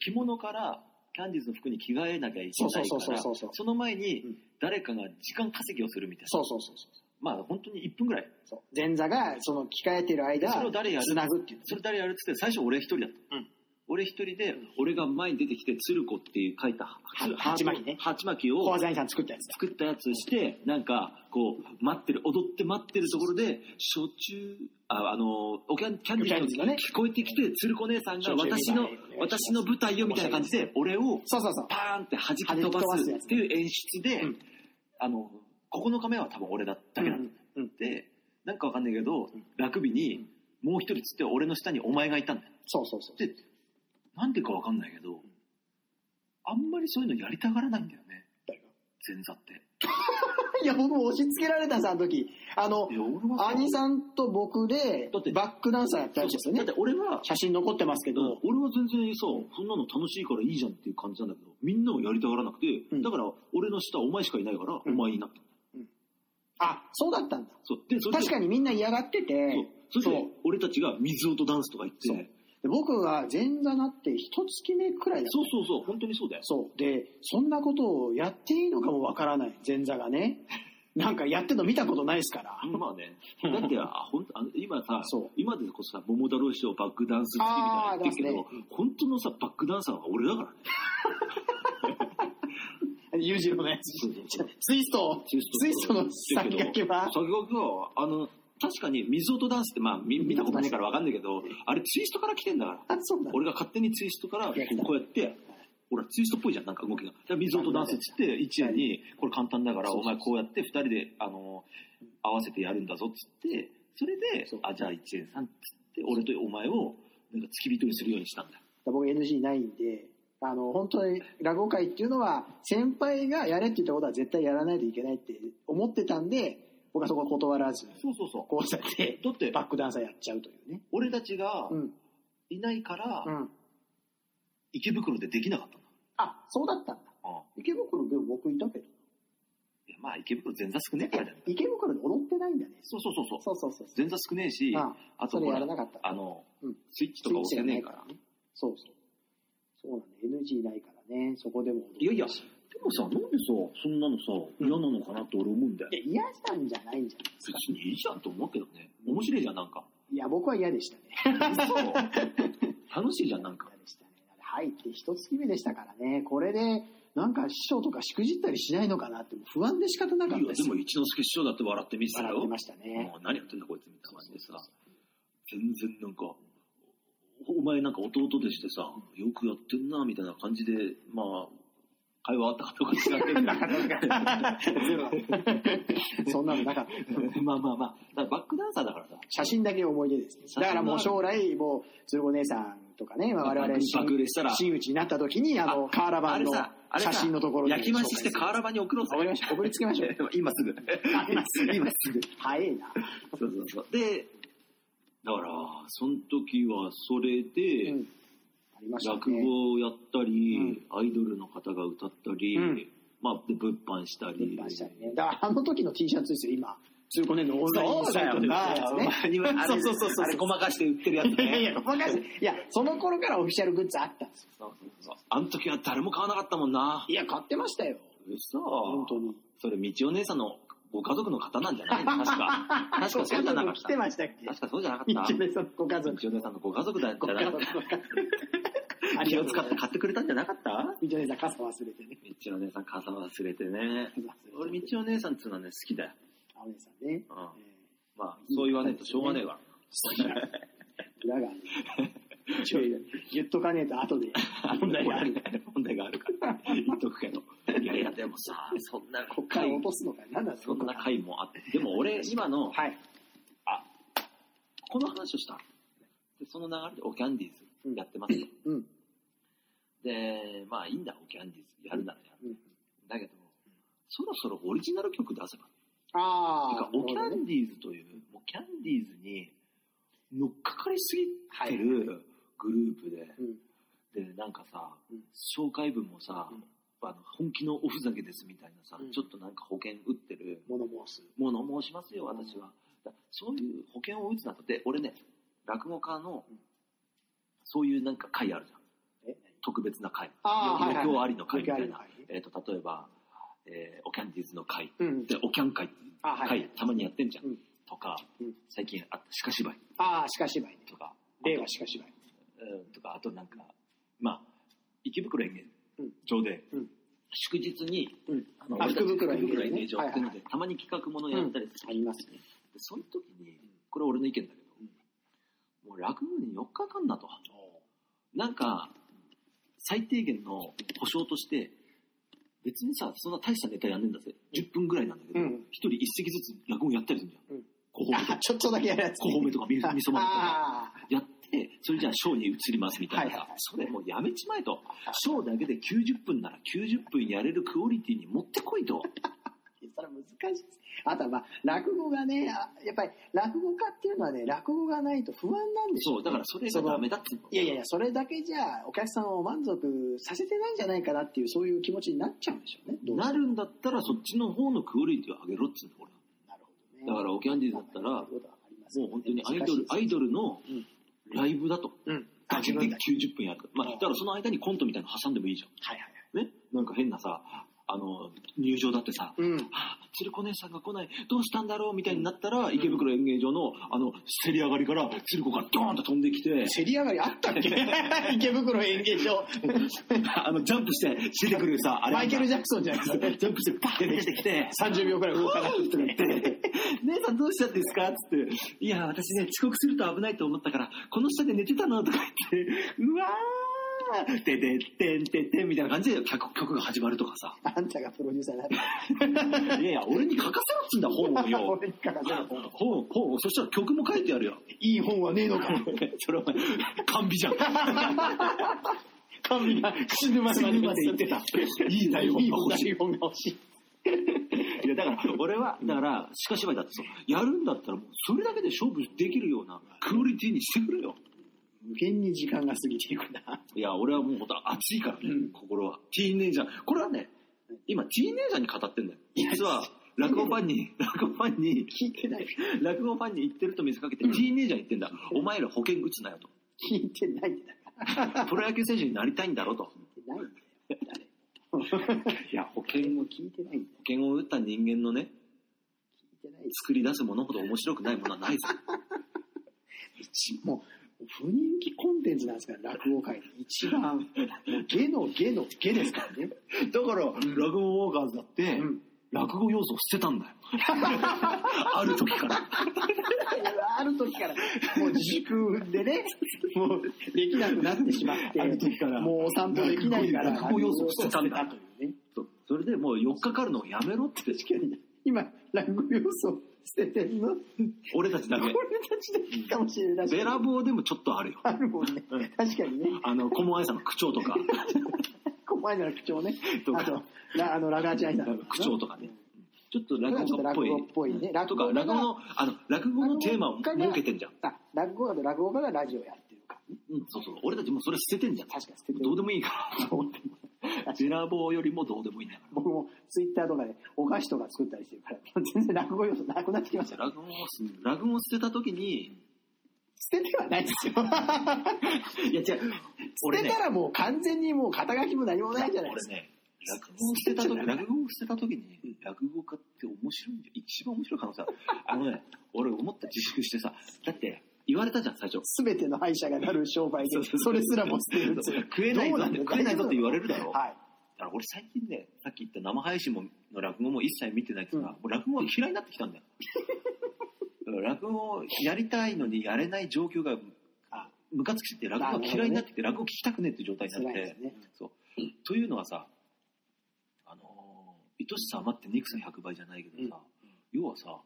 [SPEAKER 3] 着物からキャンディーズの服に着替えなきゃいけない
[SPEAKER 2] そうそう
[SPEAKER 3] か
[SPEAKER 2] そう
[SPEAKER 3] ら、
[SPEAKER 2] そうそう
[SPEAKER 3] その前に
[SPEAKER 2] うん
[SPEAKER 3] 誰かが時間稼ぎをするみたいな。
[SPEAKER 2] そうそうそうそう
[SPEAKER 3] まあ、本当に1分ぐらい。
[SPEAKER 2] そう。前座が、その、着替えてる間、
[SPEAKER 3] それを誰やる
[SPEAKER 2] つなぐっていう。
[SPEAKER 3] それ誰やるっつって、最初俺一人だった。
[SPEAKER 2] うん
[SPEAKER 3] 俺一人で、俺が前に出てきて、鶴子っていう書いた、
[SPEAKER 2] は鉢巻きね
[SPEAKER 3] ハチマキを
[SPEAKER 2] 小技兄さん作ったやつだ。
[SPEAKER 3] 作ったやつして、なんか、こう、待ってる、踊って待ってるところで、焼酎、あ、あの、おキャンキャンディ
[SPEAKER 2] キャンディー
[SPEAKER 3] ー
[SPEAKER 2] ズが
[SPEAKER 3] が
[SPEAKER 2] ね
[SPEAKER 3] 聞こえてきて、鶴子姉さんが
[SPEAKER 2] 焼酎
[SPEAKER 3] 私の
[SPEAKER 2] みたいな、
[SPEAKER 3] 私の舞台よみたいな感じで、俺を
[SPEAKER 2] そうそうそう。
[SPEAKER 3] パーンって弾き飛ばすっていう演出で
[SPEAKER 2] うん、
[SPEAKER 3] あの、9日目は多分俺だだけだった。
[SPEAKER 2] うんうん
[SPEAKER 3] で、なんかわかんないけど、ラグビに、もう一人つって俺の下にお前がいたんだよ。
[SPEAKER 2] そうそうそう。
[SPEAKER 3] で、なんでかわかんないけど、あんまりそういうのやりたがらないんだよね、前座って。
[SPEAKER 2] いや、僕も押し付けられたさ、あの時。あの
[SPEAKER 3] い、や、俺はさ
[SPEAKER 2] 兄さんと僕で
[SPEAKER 3] だって、
[SPEAKER 2] バックダンサーやったんですよね
[SPEAKER 3] だっ。て俺は、
[SPEAKER 2] 写真残ってますけど、
[SPEAKER 3] 俺は全然さ、そんなの楽しいからいいじゃんっていう感じなんだけど、みんなはやりたがらなくて、
[SPEAKER 2] うん
[SPEAKER 3] だから俺の下お前しかいないから、
[SPEAKER 2] うん
[SPEAKER 3] お前になった。
[SPEAKER 2] あ、そうだったんだ。
[SPEAKER 3] そう。で、それで
[SPEAKER 2] 確かにみんな嫌がってて、
[SPEAKER 3] そうそれ
[SPEAKER 2] そ
[SPEAKER 3] で
[SPEAKER 2] う
[SPEAKER 3] 俺たちが水音ダンスとか言って、
[SPEAKER 2] そうで僕は前座なって一月目くらいだった
[SPEAKER 3] そうそうそう、本当にそうだよ。
[SPEAKER 2] そう。で、そんなことをやっていいのかもわからない、前座がね。 なんかやってるの見たことないですから。
[SPEAKER 3] まあね。だって、あほんとあの今さ
[SPEAKER 2] そう、
[SPEAKER 3] 今でこそさ、桃太郎師匠バックダンス好きみたいなの言ってるけ
[SPEAKER 2] あ
[SPEAKER 3] ど
[SPEAKER 2] ーありま、
[SPEAKER 3] 本当のさ、バックダンサーは俺 だからね。
[SPEAKER 2] 裕次郎のやつ
[SPEAKER 3] そうそうそう。
[SPEAKER 2] ツイスト、ツイストの先駆けは、
[SPEAKER 3] 先駆けは、あの、確かに水音ダンスって、まあ、み見たことないからわかんないけど、あれツイストから来てんだから。
[SPEAKER 2] あ、そうだ。
[SPEAKER 3] 俺が勝手にツイストからこうこうやって、ほら、ツイストっぽいじゃん、なんか動きが。だから水音ダンスっつって、一夜に、これ簡単だから、
[SPEAKER 2] そう
[SPEAKER 3] お
[SPEAKER 2] そう
[SPEAKER 3] 前こうやって二人で、あの、合わせてやるんだぞっつって、それで
[SPEAKER 2] そう、
[SPEAKER 3] あ、じゃあ一円さんっつって、俺とお前を、なんか付き人にするようにしたんだよ。
[SPEAKER 2] 僕 NG ないんで、あの、本当に落語会っていうのは、先輩がやれって言ったことは絶対やらないといけないって思ってたんで、僕はそこは断らず、
[SPEAKER 3] そうそうそ
[SPEAKER 2] こうやって
[SPEAKER 3] う。だって、
[SPEAKER 2] バックダンサーやっちゃうというね。
[SPEAKER 3] 俺たちが
[SPEAKER 2] うん。
[SPEAKER 3] いないから
[SPEAKER 2] う、ん。
[SPEAKER 3] 池袋でできなかったんだ。
[SPEAKER 2] あ、そうだったんだ。
[SPEAKER 3] あ
[SPEAKER 2] 池袋でも僕いたけど。
[SPEAKER 3] いやまあ、池袋前座少ねえからだよ。
[SPEAKER 2] 池袋で踊ってないんだね。
[SPEAKER 3] そうそうそうそう。
[SPEAKER 2] そうそうそうそう。
[SPEAKER 3] 前座少ねえし、
[SPEAKER 2] あ
[SPEAKER 3] あと
[SPEAKER 2] それ
[SPEAKER 3] ほ
[SPEAKER 2] や
[SPEAKER 3] ら
[SPEAKER 2] ら、なかった。
[SPEAKER 3] あの
[SPEAKER 2] うん、
[SPEAKER 3] スイッチとか押せねえから。
[SPEAKER 2] ね。そうそう。そうなんだ。NG ないからね。そこでも。
[SPEAKER 3] いやいや、でもさ、なんでさ、そんなのさ、
[SPEAKER 2] うん
[SPEAKER 3] 嫌なのかなって俺思うんだよ。
[SPEAKER 2] いや嫌じゃんじゃないんじゃないですか。
[SPEAKER 3] 別にいいじゃんと思うけどね。面白いじゃん、なんか。
[SPEAKER 2] いや、僕は嫌でしたね。
[SPEAKER 3] 楽しいじゃん、なんか。
[SPEAKER 2] 嫌でしたね。だって入って一月目でしたからね。これで、なんか師匠とかしくじったりしないのかなって、不安で仕方ないかった
[SPEAKER 3] いよ、
[SPEAKER 2] で
[SPEAKER 3] ですも
[SPEAKER 2] よ。
[SPEAKER 3] 一之輔師匠だって笑って見てた
[SPEAKER 2] 笑っ
[SPEAKER 3] よ
[SPEAKER 2] て。ましたね
[SPEAKER 3] も。う何やってんだこいつみたいな感じでさ、全然なんか、お前なんか弟でしてさ、よくやってんな、みたいな感じで、まあ、会話あったかとか違って んだけど
[SPEAKER 2] ゼロ。 そんなのなかった。
[SPEAKER 3] まあまあまあ、だからバックダンサーだからさ、
[SPEAKER 2] 写真だけ思い出ですね。だからもう
[SPEAKER 3] 写真
[SPEAKER 2] 将来、もう、鶴子姉さんとかね、まあ我々
[SPEAKER 3] 爆爆売れしたら
[SPEAKER 2] 真打ちになった時に、あの、
[SPEAKER 3] あ
[SPEAKER 2] カーラ版の
[SPEAKER 3] あれさ
[SPEAKER 2] 写真のところに
[SPEAKER 3] 焼き増しして
[SPEAKER 2] わ
[SPEAKER 3] 瓦場に送ろうぜ。
[SPEAKER 2] かりました。送りつけましょう。
[SPEAKER 3] 今すぐ。今すぐ。今すぐ。
[SPEAKER 2] 早いな。
[SPEAKER 3] そうそうそう。で、だから、その時はそれで、
[SPEAKER 2] うんありましたね。
[SPEAKER 3] 落語をやったり、アイドルの方が歌ったり、
[SPEAKER 2] うん
[SPEAKER 3] まあ、で物販したり。
[SPEAKER 2] 物販したりね。だからあの時の T シャツですよ、今。中古年のオンラインサイトで売ってるやつね。
[SPEAKER 3] そ
[SPEAKER 2] そうう
[SPEAKER 3] そ
[SPEAKER 2] そううそう
[SPEAKER 3] そ
[SPEAKER 2] う
[SPEAKER 3] そ。
[SPEAKER 2] そうう
[SPEAKER 3] あれごまかして売ってるやつ
[SPEAKER 2] いやい
[SPEAKER 3] ね。
[SPEAKER 2] や、ごまかしいや、その頃からオフィシャルグッズあったんですよ。
[SPEAKER 3] そうそうそうあの時は誰も買わなかったもんな。
[SPEAKER 2] いや、買ってましたよ。
[SPEAKER 3] 嘘。
[SPEAKER 2] 本当に。
[SPEAKER 3] それ、道お姉さんのご家族の方なんじゃないの確か。 確かそうじゃなかっ
[SPEAKER 2] 来
[SPEAKER 3] た
[SPEAKER 2] て。ましたっけ
[SPEAKER 3] 確かそうじゃなかっ
[SPEAKER 2] 一
[SPEAKER 3] た。
[SPEAKER 2] 応ね、そのご家族。
[SPEAKER 3] 道お姉さんのご家族だじ
[SPEAKER 2] ご
[SPEAKER 3] ゃ
[SPEAKER 2] 家
[SPEAKER 3] なかっ
[SPEAKER 2] 族
[SPEAKER 3] た
[SPEAKER 2] の。あり
[SPEAKER 3] 気
[SPEAKER 2] が
[SPEAKER 3] を
[SPEAKER 2] とうござ
[SPEAKER 3] 使っ
[SPEAKER 2] い
[SPEAKER 3] て
[SPEAKER 2] ます。
[SPEAKER 3] 買ってくれたんじゃなかった
[SPEAKER 2] みちお姉さん傘忘れてね。
[SPEAKER 3] みちお姉さん傘忘れてね。
[SPEAKER 2] 忘れて
[SPEAKER 3] 俺、みちお姉さんっつうのはね、好きだよ。
[SPEAKER 2] あお姉さんね。
[SPEAKER 3] うん。まあ、そう言わねえとしょうがねえわ。
[SPEAKER 2] 裏がある。ちょい言っとかねえと後で問題がある。
[SPEAKER 3] る。問題があるから。言っとくけど。いやいや、でもさ、そんな
[SPEAKER 2] こっから
[SPEAKER 3] 回
[SPEAKER 2] 落、とすのかなんだ
[SPEAKER 3] そんな回もあって。でも俺、今の、
[SPEAKER 2] はい。
[SPEAKER 3] この話をした。で、その流れで、おキャンディーズやってますよ。
[SPEAKER 2] うん。
[SPEAKER 3] で、まあいいんだ、おキャンディーズ。やるならやる。
[SPEAKER 2] うん
[SPEAKER 3] だけど、そろそろオリジナル曲出せば。
[SPEAKER 2] あ
[SPEAKER 3] て
[SPEAKER 2] あ。
[SPEAKER 3] かおキャ
[SPEAKER 2] なるほどね
[SPEAKER 3] ンディーズという、もうキャンディーズに乗っかかりすぎてるグループで、
[SPEAKER 2] うん
[SPEAKER 3] で、なんかさ、
[SPEAKER 2] うん
[SPEAKER 3] 紹介文もさ、
[SPEAKER 2] うん
[SPEAKER 3] あの本気のおふざけですみたいなさ、
[SPEAKER 2] うん
[SPEAKER 3] ちょっとなんか保険打ってる、
[SPEAKER 2] 物申す。
[SPEAKER 3] もの申しますよ、私は。だそういう保険を打つなと、で、俺ね、落語家の
[SPEAKER 2] うん、
[SPEAKER 3] そういうなんか会あるじゃん。
[SPEAKER 2] え
[SPEAKER 3] 特別な会。
[SPEAKER 2] ああ、はいはい。
[SPEAKER 3] 余興ありの会みたい
[SPEAKER 2] 余興
[SPEAKER 3] な
[SPEAKER 2] あ。りの会ね
[SPEAKER 3] えっ、と、例えば、えーおキャンディーズの会。
[SPEAKER 2] うん。
[SPEAKER 3] で、おキャン会っていう
[SPEAKER 2] あ、は
[SPEAKER 3] 会
[SPEAKER 2] い。
[SPEAKER 3] たまにやってんじゃん、
[SPEAKER 2] うん
[SPEAKER 3] とか、
[SPEAKER 2] うん
[SPEAKER 3] 最近あった鹿芝居
[SPEAKER 2] ああ、しかしばいね。
[SPEAKER 3] とか
[SPEAKER 2] 令和しかしばい。
[SPEAKER 3] うんとかあとなんかまあ池袋演芸
[SPEAKER 2] うん
[SPEAKER 3] 場で、
[SPEAKER 2] うん
[SPEAKER 3] 祝日に
[SPEAKER 2] うん。
[SPEAKER 3] あの
[SPEAKER 2] あ
[SPEAKER 3] 俺たち
[SPEAKER 2] 福袋
[SPEAKER 3] 福
[SPEAKER 2] 演芸
[SPEAKER 3] 袋演芸場
[SPEAKER 2] はいは
[SPEAKER 3] やっ
[SPEAKER 2] い
[SPEAKER 3] てるので、たまに企画ものやったりす
[SPEAKER 2] あ
[SPEAKER 3] る、
[SPEAKER 2] りますね。
[SPEAKER 3] でその時にこれ俺の意見だけど、もう落語に4日間だとなんか最低限の保証として別にさそんな大したネタやんねえんだぜ10分ぐらいなんだけど
[SPEAKER 2] う
[SPEAKER 3] 一、
[SPEAKER 2] ん
[SPEAKER 3] 人一席ずつ落語やったりするじゃん、
[SPEAKER 2] うん
[SPEAKER 3] ご褒美とか
[SPEAKER 2] あちょっとだけやるやつ
[SPEAKER 3] 5
[SPEAKER 2] ね。
[SPEAKER 3] 褒めと かみ味噌まとか
[SPEAKER 2] ああ。
[SPEAKER 3] やってそれじゃあショーに移りますみたいな
[SPEAKER 2] はい
[SPEAKER 3] さ
[SPEAKER 2] はいはい
[SPEAKER 3] それもうやめちまえとショーだけで90分なら90分やれるクオリティに持ってこいと
[SPEAKER 2] それは難しいです。あとは、まあ、落語がね、あやっぱり落語家っていうのはね、落語がないと不安なんでしょ
[SPEAKER 3] そうだからそれがダメだって
[SPEAKER 2] いやいやいや、それだけじゃお客さんを満足させてないんじゃないかなっていう、そういう気持ちになっちゃうんでしょうね。どう
[SPEAKER 3] なるんだったらそっちの方のクオリティを上げろっつうの俺
[SPEAKER 2] なるほどね。
[SPEAKER 3] だからオキャンディーズだったら
[SPEAKER 2] まあ
[SPEAKER 3] もう本当にアイドルアイドルの
[SPEAKER 2] うん
[SPEAKER 3] ライブだと
[SPEAKER 2] ル。うん。あ、
[SPEAKER 3] だけ
[SPEAKER 2] 自
[SPEAKER 3] で
[SPEAKER 2] 分たち。
[SPEAKER 3] 90分やるまあだからその間にコントみたいなの挟んでもいいじ
[SPEAKER 2] はいはい
[SPEAKER 3] ゃんねなんか変なさあの入場だって
[SPEAKER 2] は
[SPEAKER 3] さ
[SPEAKER 2] い。うん。
[SPEAKER 3] はあ鶴子姉さんが来ない、どうしたんだろうみたいになったら、池袋演芸場の、あの、せり上がりから、鶴子がドーンと飛んできて、
[SPEAKER 2] 競り上がりあったっ け池袋演芸場。
[SPEAKER 3] あの、ジャンプして、出てくるさ、あれ。
[SPEAKER 2] マイケル・ジャクソンじゃないですか。
[SPEAKER 3] ジャンプして、バーって出てきて、
[SPEAKER 2] 30秒くらい動かなくて。
[SPEAKER 3] 姉さんどうしちゃってんですかつって、いや、私ね、遅刻すると危ないと思ったから、この下で寝てたのとか言って、うわーててってんてってんみたいな感じで曲曲が始まるとかさ。
[SPEAKER 2] あんたがプロデューサーになる。
[SPEAKER 3] いやいや、俺に書かせろっつんだ、本をよ。
[SPEAKER 2] 俺に書かせろ
[SPEAKER 3] 本、本を、そしたら曲も書いてやるよ。
[SPEAKER 2] いい本はねえのか。
[SPEAKER 3] それお前、完備 じゃん。
[SPEAKER 2] 神が死ぬまで
[SPEAKER 3] 死ぬまで言ってた。いい台本
[SPEAKER 2] いい
[SPEAKER 3] が欲しい。
[SPEAKER 2] 本が欲しい。
[SPEAKER 3] いやだから俺はだからしかしばいだってそうやるんだったらもうそれだけで勝負できるようなクオリティにしてくれよ
[SPEAKER 2] 無限に時間が過ぎていくな。
[SPEAKER 3] いや俺はもう本当熱いからね、
[SPEAKER 2] うん
[SPEAKER 3] 心はティーンエイジャーこれはね今ティーンエイジャーに語ってんだよ実は落語ファンに落語ファンに
[SPEAKER 2] 聞いてない。
[SPEAKER 3] 落語ファンに言ってると見せかけて、ティーンエイジャーに言ってんだお前ら保険打つなよと
[SPEAKER 2] 聞いてないんだから。
[SPEAKER 3] プロ野球選手になりたいんだろと
[SPEAKER 2] 聞いてないんだよ。
[SPEAKER 3] いや保険
[SPEAKER 2] 誰
[SPEAKER 3] を
[SPEAKER 2] も聞いてないんだよ。
[SPEAKER 3] 保険を打った人間のね
[SPEAKER 2] 聞いてないです
[SPEAKER 3] 作り出すものほど面白くないものはないぞ
[SPEAKER 2] 一もう、不人気コンテンツなんですから、落語界で一番。もうゲのゲのゲですからね。
[SPEAKER 3] だから、落語ウォーカーズだって、
[SPEAKER 2] ん
[SPEAKER 3] 落語要素を捨てたん だよ。ある時から。
[SPEAKER 2] ある時から、もう自粛でね、 もうできなくなってしまって、
[SPEAKER 3] ある時から
[SPEAKER 2] もうお散歩できないから、
[SPEAKER 3] 落語要素を捨てたんだ
[SPEAKER 2] 落語要素を捨てたというね
[SPEAKER 3] そうそれでもう4日かかるのをやめろって
[SPEAKER 2] 今、落語要素を捨ててんの俺
[SPEAKER 3] 俺たちだけ。
[SPEAKER 2] たちだけかもしれない。
[SPEAKER 3] べらぼうでもちょっとあるよ。
[SPEAKER 2] あるもんね。確かにね。
[SPEAKER 3] あの、小愛さんの口調 とか、
[SPEAKER 2] 怖いな口調ね
[SPEAKER 3] と。か
[SPEAKER 2] あと、ラあのラガーチャイナ
[SPEAKER 3] 口調とかね。ちょっと
[SPEAKER 2] ちょ
[SPEAKER 3] 落
[SPEAKER 2] っと
[SPEAKER 3] 語家
[SPEAKER 2] 落
[SPEAKER 3] っぽい
[SPEAKER 2] 語。っぽいね。落
[SPEAKER 3] とか、
[SPEAKER 2] 語家
[SPEAKER 3] 落
[SPEAKER 2] が
[SPEAKER 3] 語の、あの、落語のテーマを設けてんじゃん。
[SPEAKER 2] あ落語家と落語家がラジオやってるからね。
[SPEAKER 3] うん、そうそう。俺たちもうそれ捨ててんじゃん。
[SPEAKER 2] 確かに捨ててる
[SPEAKER 3] どうでもいいからと思って。べらぼうよりもどうでもいいんだか
[SPEAKER 2] 僕もツイッターとかでお菓子とか作ったりしてるから、全然落語要素なくなってきました
[SPEAKER 3] ら。落語を、落語を捨てた時に、
[SPEAKER 2] 捨ててはないですよ。
[SPEAKER 3] いや違う、
[SPEAKER 2] 捨てたらもう完全にもう肩書きも何もないじゃないで
[SPEAKER 3] 俺
[SPEAKER 2] すか。
[SPEAKER 3] ね、落語を捨てた
[SPEAKER 2] 捨て
[SPEAKER 3] 時、
[SPEAKER 2] ちゃダメ
[SPEAKER 3] 落語を捨てた時に、落語家って面白いんだよ。一番面白い可能性ある。あのね、俺思った自粛してさ、だって、言われたじゃん、最初。
[SPEAKER 2] すべての敗者がなる商売で
[SPEAKER 3] そうそう、
[SPEAKER 2] それすらも捨てるっていう
[SPEAKER 3] 食えないぞ
[SPEAKER 2] どう
[SPEAKER 3] っ
[SPEAKER 2] んだ
[SPEAKER 3] て、
[SPEAKER 2] よ
[SPEAKER 3] 食えないぞって言われるだろ。
[SPEAKER 2] はい。
[SPEAKER 3] だから俺最近ね、さっき言った生配信もの落語も一切見てないから、もう落語が嫌いになってきたんだよ。 だから落語をやりたいのにやれない状況が、あムカつきて落語が嫌いになってきて、落語聞きたくねえって状態にな
[SPEAKER 2] 辛
[SPEAKER 3] っ
[SPEAKER 2] いです
[SPEAKER 3] て。
[SPEAKER 2] ね。
[SPEAKER 3] そう。というのはさ、あのー、愛しさ余って憎さ100倍じゃないけどさ、要はさ、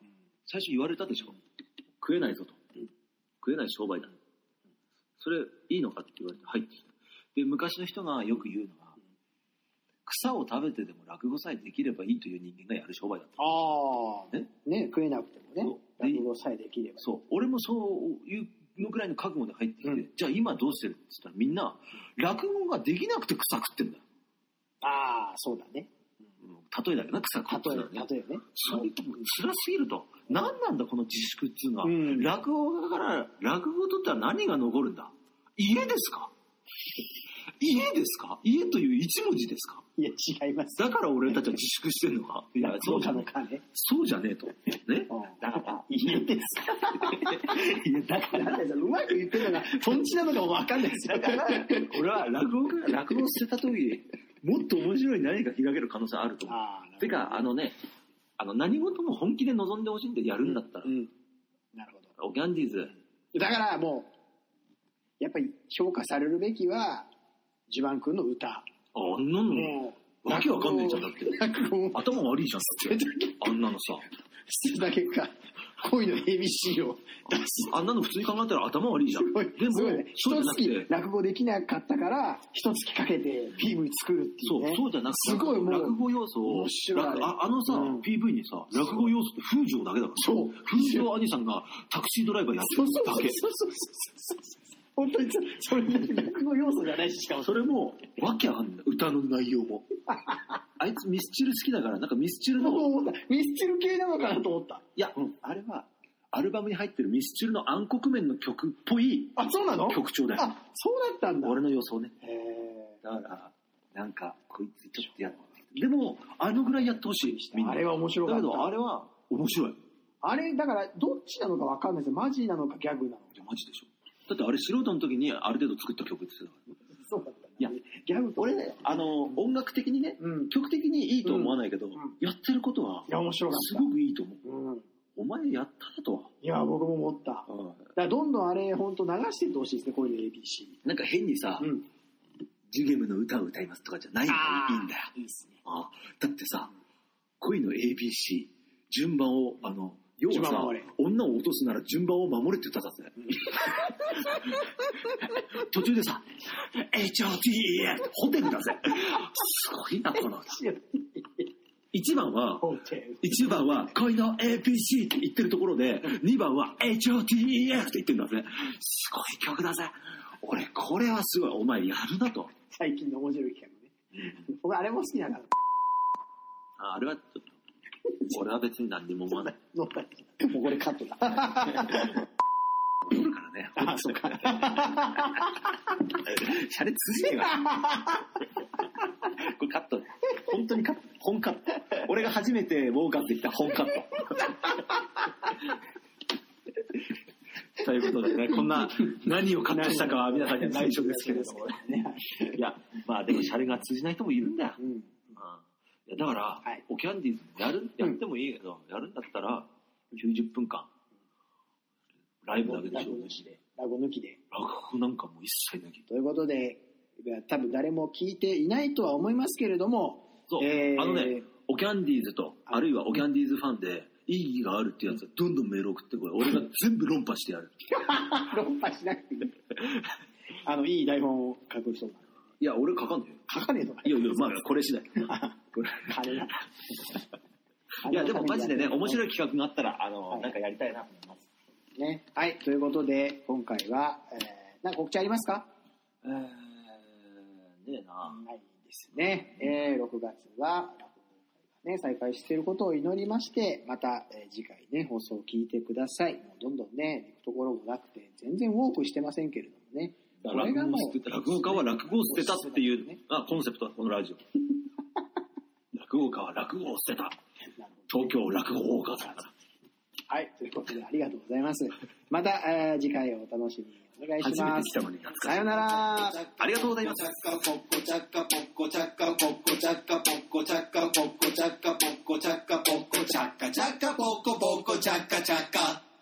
[SPEAKER 3] 最初言われたでしょ。食えないぞと。食えない商売だ。それいいのかって言われて入ってきた。で、昔の人がよく言うのは、草を食べてでも落語さえできればいいという人間がやる商売だった。
[SPEAKER 2] ああ。
[SPEAKER 3] ね
[SPEAKER 2] ね、食えなくてもね
[SPEAKER 3] そ、う
[SPEAKER 2] 落語さえできれば。
[SPEAKER 3] そう。俺もそういうのぐらいの覚悟で入ってきて、
[SPEAKER 2] うん
[SPEAKER 3] じゃあ今どうしてるって言ったらみんな、落語ができなくて草食ってんだよ。
[SPEAKER 2] ああ、そうだね。
[SPEAKER 3] うん例えだけどな、草食って
[SPEAKER 2] 例
[SPEAKER 3] た
[SPEAKER 2] え
[SPEAKER 3] らね。、
[SPEAKER 2] 例えね。
[SPEAKER 3] それとも辛すぎると。何なんだこの自粛っていうのは。
[SPEAKER 2] うん
[SPEAKER 3] 落語家から落語を取ったら何が残るんだ家ですか家ですか家という一文字ですか
[SPEAKER 2] いや、違います。
[SPEAKER 3] だから俺たちは自粛してんのかいや、そうじゃ
[SPEAKER 2] の
[SPEAKER 3] ねえ。
[SPEAKER 2] かね。
[SPEAKER 3] そうじゃねえと。ね。
[SPEAKER 2] うん
[SPEAKER 3] だから、
[SPEAKER 2] 家ですかいや、だからなんだよ、うまく言ってるのが、とんちなのかもわかんないですよ。
[SPEAKER 3] 俺は落語家、落語を捨てた時、もっと面白い何か開ける可能性あると思う。
[SPEAKER 2] ああ、
[SPEAKER 3] てか、あのね、あの何事も本気で望んでほしいんでやるんだったら
[SPEAKER 2] う、ん。なるほど。
[SPEAKER 3] おギャンディーズ、
[SPEAKER 2] だからもう、やっぱり評価されるべきは、ジュバン君の歌。
[SPEAKER 3] ああんなの、
[SPEAKER 2] もう、
[SPEAKER 3] わけわかんねえじゃん、だって。
[SPEAKER 2] 落語を
[SPEAKER 3] 頭悪いじゃんだ ってあんなのさ
[SPEAKER 2] 捨てた結果、恋の ABC を出す。
[SPEAKER 3] あんなの普通に考えたら頭悪いじゃん
[SPEAKER 2] すごい
[SPEAKER 3] でも
[SPEAKER 2] すごいね。
[SPEAKER 3] そう
[SPEAKER 2] 一
[SPEAKER 3] じゃなく
[SPEAKER 2] 月
[SPEAKER 3] て
[SPEAKER 2] 落語できなかったから、一月かけて PV 作るってい
[SPEAKER 3] そうう
[SPEAKER 2] ね。
[SPEAKER 3] そうじゃなくて
[SPEAKER 2] すごいもう
[SPEAKER 3] 落語要素を
[SPEAKER 2] 面白い
[SPEAKER 3] 落ああのさ、
[SPEAKER 2] うん
[SPEAKER 3] PV にさ落語要素って風情だけだから
[SPEAKER 2] そう
[SPEAKER 3] 風情兄さんがタクシードライバーやって
[SPEAKER 2] そう
[SPEAKER 3] る
[SPEAKER 2] そう
[SPEAKER 3] だけ
[SPEAKER 2] そうそうそうそう本当にそそれ落語要素じゃないし、しかも。
[SPEAKER 3] それもわけわかんない歌の内容 もあいつミスチル好きだからなんかミスチルの
[SPEAKER 2] もうミスチル系なのかなと思った。
[SPEAKER 3] いや、あれはアルバムに入ってるミスチルの暗黒面の曲っぽい
[SPEAKER 2] あ、そうなの
[SPEAKER 3] 曲調だよ
[SPEAKER 2] あ、そうだったんだ。
[SPEAKER 3] 俺の予想ね
[SPEAKER 2] へー
[SPEAKER 3] だから、なんか、こいつちょっとやってでも、あのぐらいやってほしい、みんな。
[SPEAKER 2] あれは面白か
[SPEAKER 3] だ
[SPEAKER 2] っ
[SPEAKER 3] けど、あ
[SPEAKER 2] た。
[SPEAKER 3] れは面白い。
[SPEAKER 2] あれ、だから、どっちなのかわかんないですよ。マジなのかギャグなのか。
[SPEAKER 3] いやマジでしょ。だってあれ素人の時にある程度作った曲ですよ。
[SPEAKER 2] そうだったね
[SPEAKER 3] いや、
[SPEAKER 2] ギャグと
[SPEAKER 3] 俺ね、あの、音楽的にね、
[SPEAKER 2] うん。い
[SPEAKER 3] 曲的にいいと思わないけど、
[SPEAKER 2] ん
[SPEAKER 3] やってることは、
[SPEAKER 2] や、面白か
[SPEAKER 3] す
[SPEAKER 2] っ
[SPEAKER 3] ごくいいと思う。
[SPEAKER 2] た。うん。
[SPEAKER 3] お前やったなとは。
[SPEAKER 2] いや、僕も思った。だからどんどんあれ、本当流してってほしいですね、こういう ABC。
[SPEAKER 3] なんか変にさ、
[SPEAKER 2] うん。
[SPEAKER 3] ジュゲムの歌を歌いますとかじゃないのがいいんだよ。
[SPEAKER 2] いいですね。
[SPEAKER 3] ああだってさ、恋の ABC、順番を、あの、要は
[SPEAKER 2] 順番
[SPEAKER 3] さ
[SPEAKER 2] を守れ、
[SPEAKER 3] 女を落とすなら順番を守れって言ったさ、ね、 途中でさ、HOTA、ホテルだぜ。すごいな、この歌。1番は、
[SPEAKER 2] ホテル。
[SPEAKER 3] 1番は恋の ABC って言ってるところで、2番は HOTEF って言ってるんだぜ。すごい曲だぜ。俺、これはすごい。お前やるなと。
[SPEAKER 2] 最近の面白い企画ね。僕、あれも好きだから。
[SPEAKER 3] ああれはちょっと、俺は別に何にも思わない。
[SPEAKER 2] 乗ったりもうこ れカットだ。
[SPEAKER 3] 来るからね。あ、そうか。シャレ通じねえわ。これカット。本当にカット。本カット。俺が初めてウォーカーできた本カット。ということでね、こんな何をカットしたかは皆さんには内緒ですけれども。
[SPEAKER 2] ね。
[SPEAKER 3] いや、まあでもシャレが通じない人もいるんだよ。
[SPEAKER 2] うん。
[SPEAKER 3] いやだから、
[SPEAKER 2] はい
[SPEAKER 3] おキャンディーズやる、やってもいいけど、やるんだったら、90分間、ライブだけでし
[SPEAKER 2] ラ
[SPEAKER 3] ょ
[SPEAKER 2] ゴ抜きで。ラゴ抜きで。
[SPEAKER 3] 落語なんかもう一切なき。
[SPEAKER 2] ということで、いや多分誰も聞いていないとは思いますけれども、
[SPEAKER 3] そう、
[SPEAKER 2] えー
[SPEAKER 3] あのね、オキャンディーズと、あるいはオキャンディーズファンで、意義があるっていうやつはどんどんメール送ってこい。俺が全部論破してやる。
[SPEAKER 2] 論破しなく ていい。あの、いい台本を書く人が。
[SPEAKER 3] いや、俺書かんねよ。
[SPEAKER 2] 書かねえのか
[SPEAKER 3] い やいや、まあ、これ次第。これ
[SPEAKER 2] あれだ。
[SPEAKER 3] いや、でもマジでね、面
[SPEAKER 2] い。
[SPEAKER 3] 白い企画があったら、あの、
[SPEAKER 2] はい
[SPEAKER 3] なんかやりたいなと思います。
[SPEAKER 2] ね。はい、ということで、今回は、えー、なんか告知ありますか
[SPEAKER 3] えー、ねえな。
[SPEAKER 2] ないですね。えー、6月は、落語会がね、再開していることを祈りまして、また、えー次回ね、放送を聞いてください。もうどんどんね、行くところもなくて、全然ウォークしてませんけれどもね。これが
[SPEAKER 3] 落語を
[SPEAKER 2] も
[SPEAKER 3] 捨てた
[SPEAKER 2] う、
[SPEAKER 3] 落語家は落語を捨てたっていう、
[SPEAKER 2] ね
[SPEAKER 3] あコンセプトはこのラジ オ。落語家は落語を捨てた。東京落語家だから。
[SPEAKER 2] はい、ということでありがとうございます。また、えー次回をお楽しみにお願いし
[SPEAKER 3] 初め
[SPEAKER 2] ま
[SPEAKER 3] て来
[SPEAKER 2] す
[SPEAKER 3] た。のに懐かしい
[SPEAKER 2] さようなら。
[SPEAKER 3] ありがとうございます。
[SPEAKER 1] Chaka, chaka, poco, poco, chaka, chaka.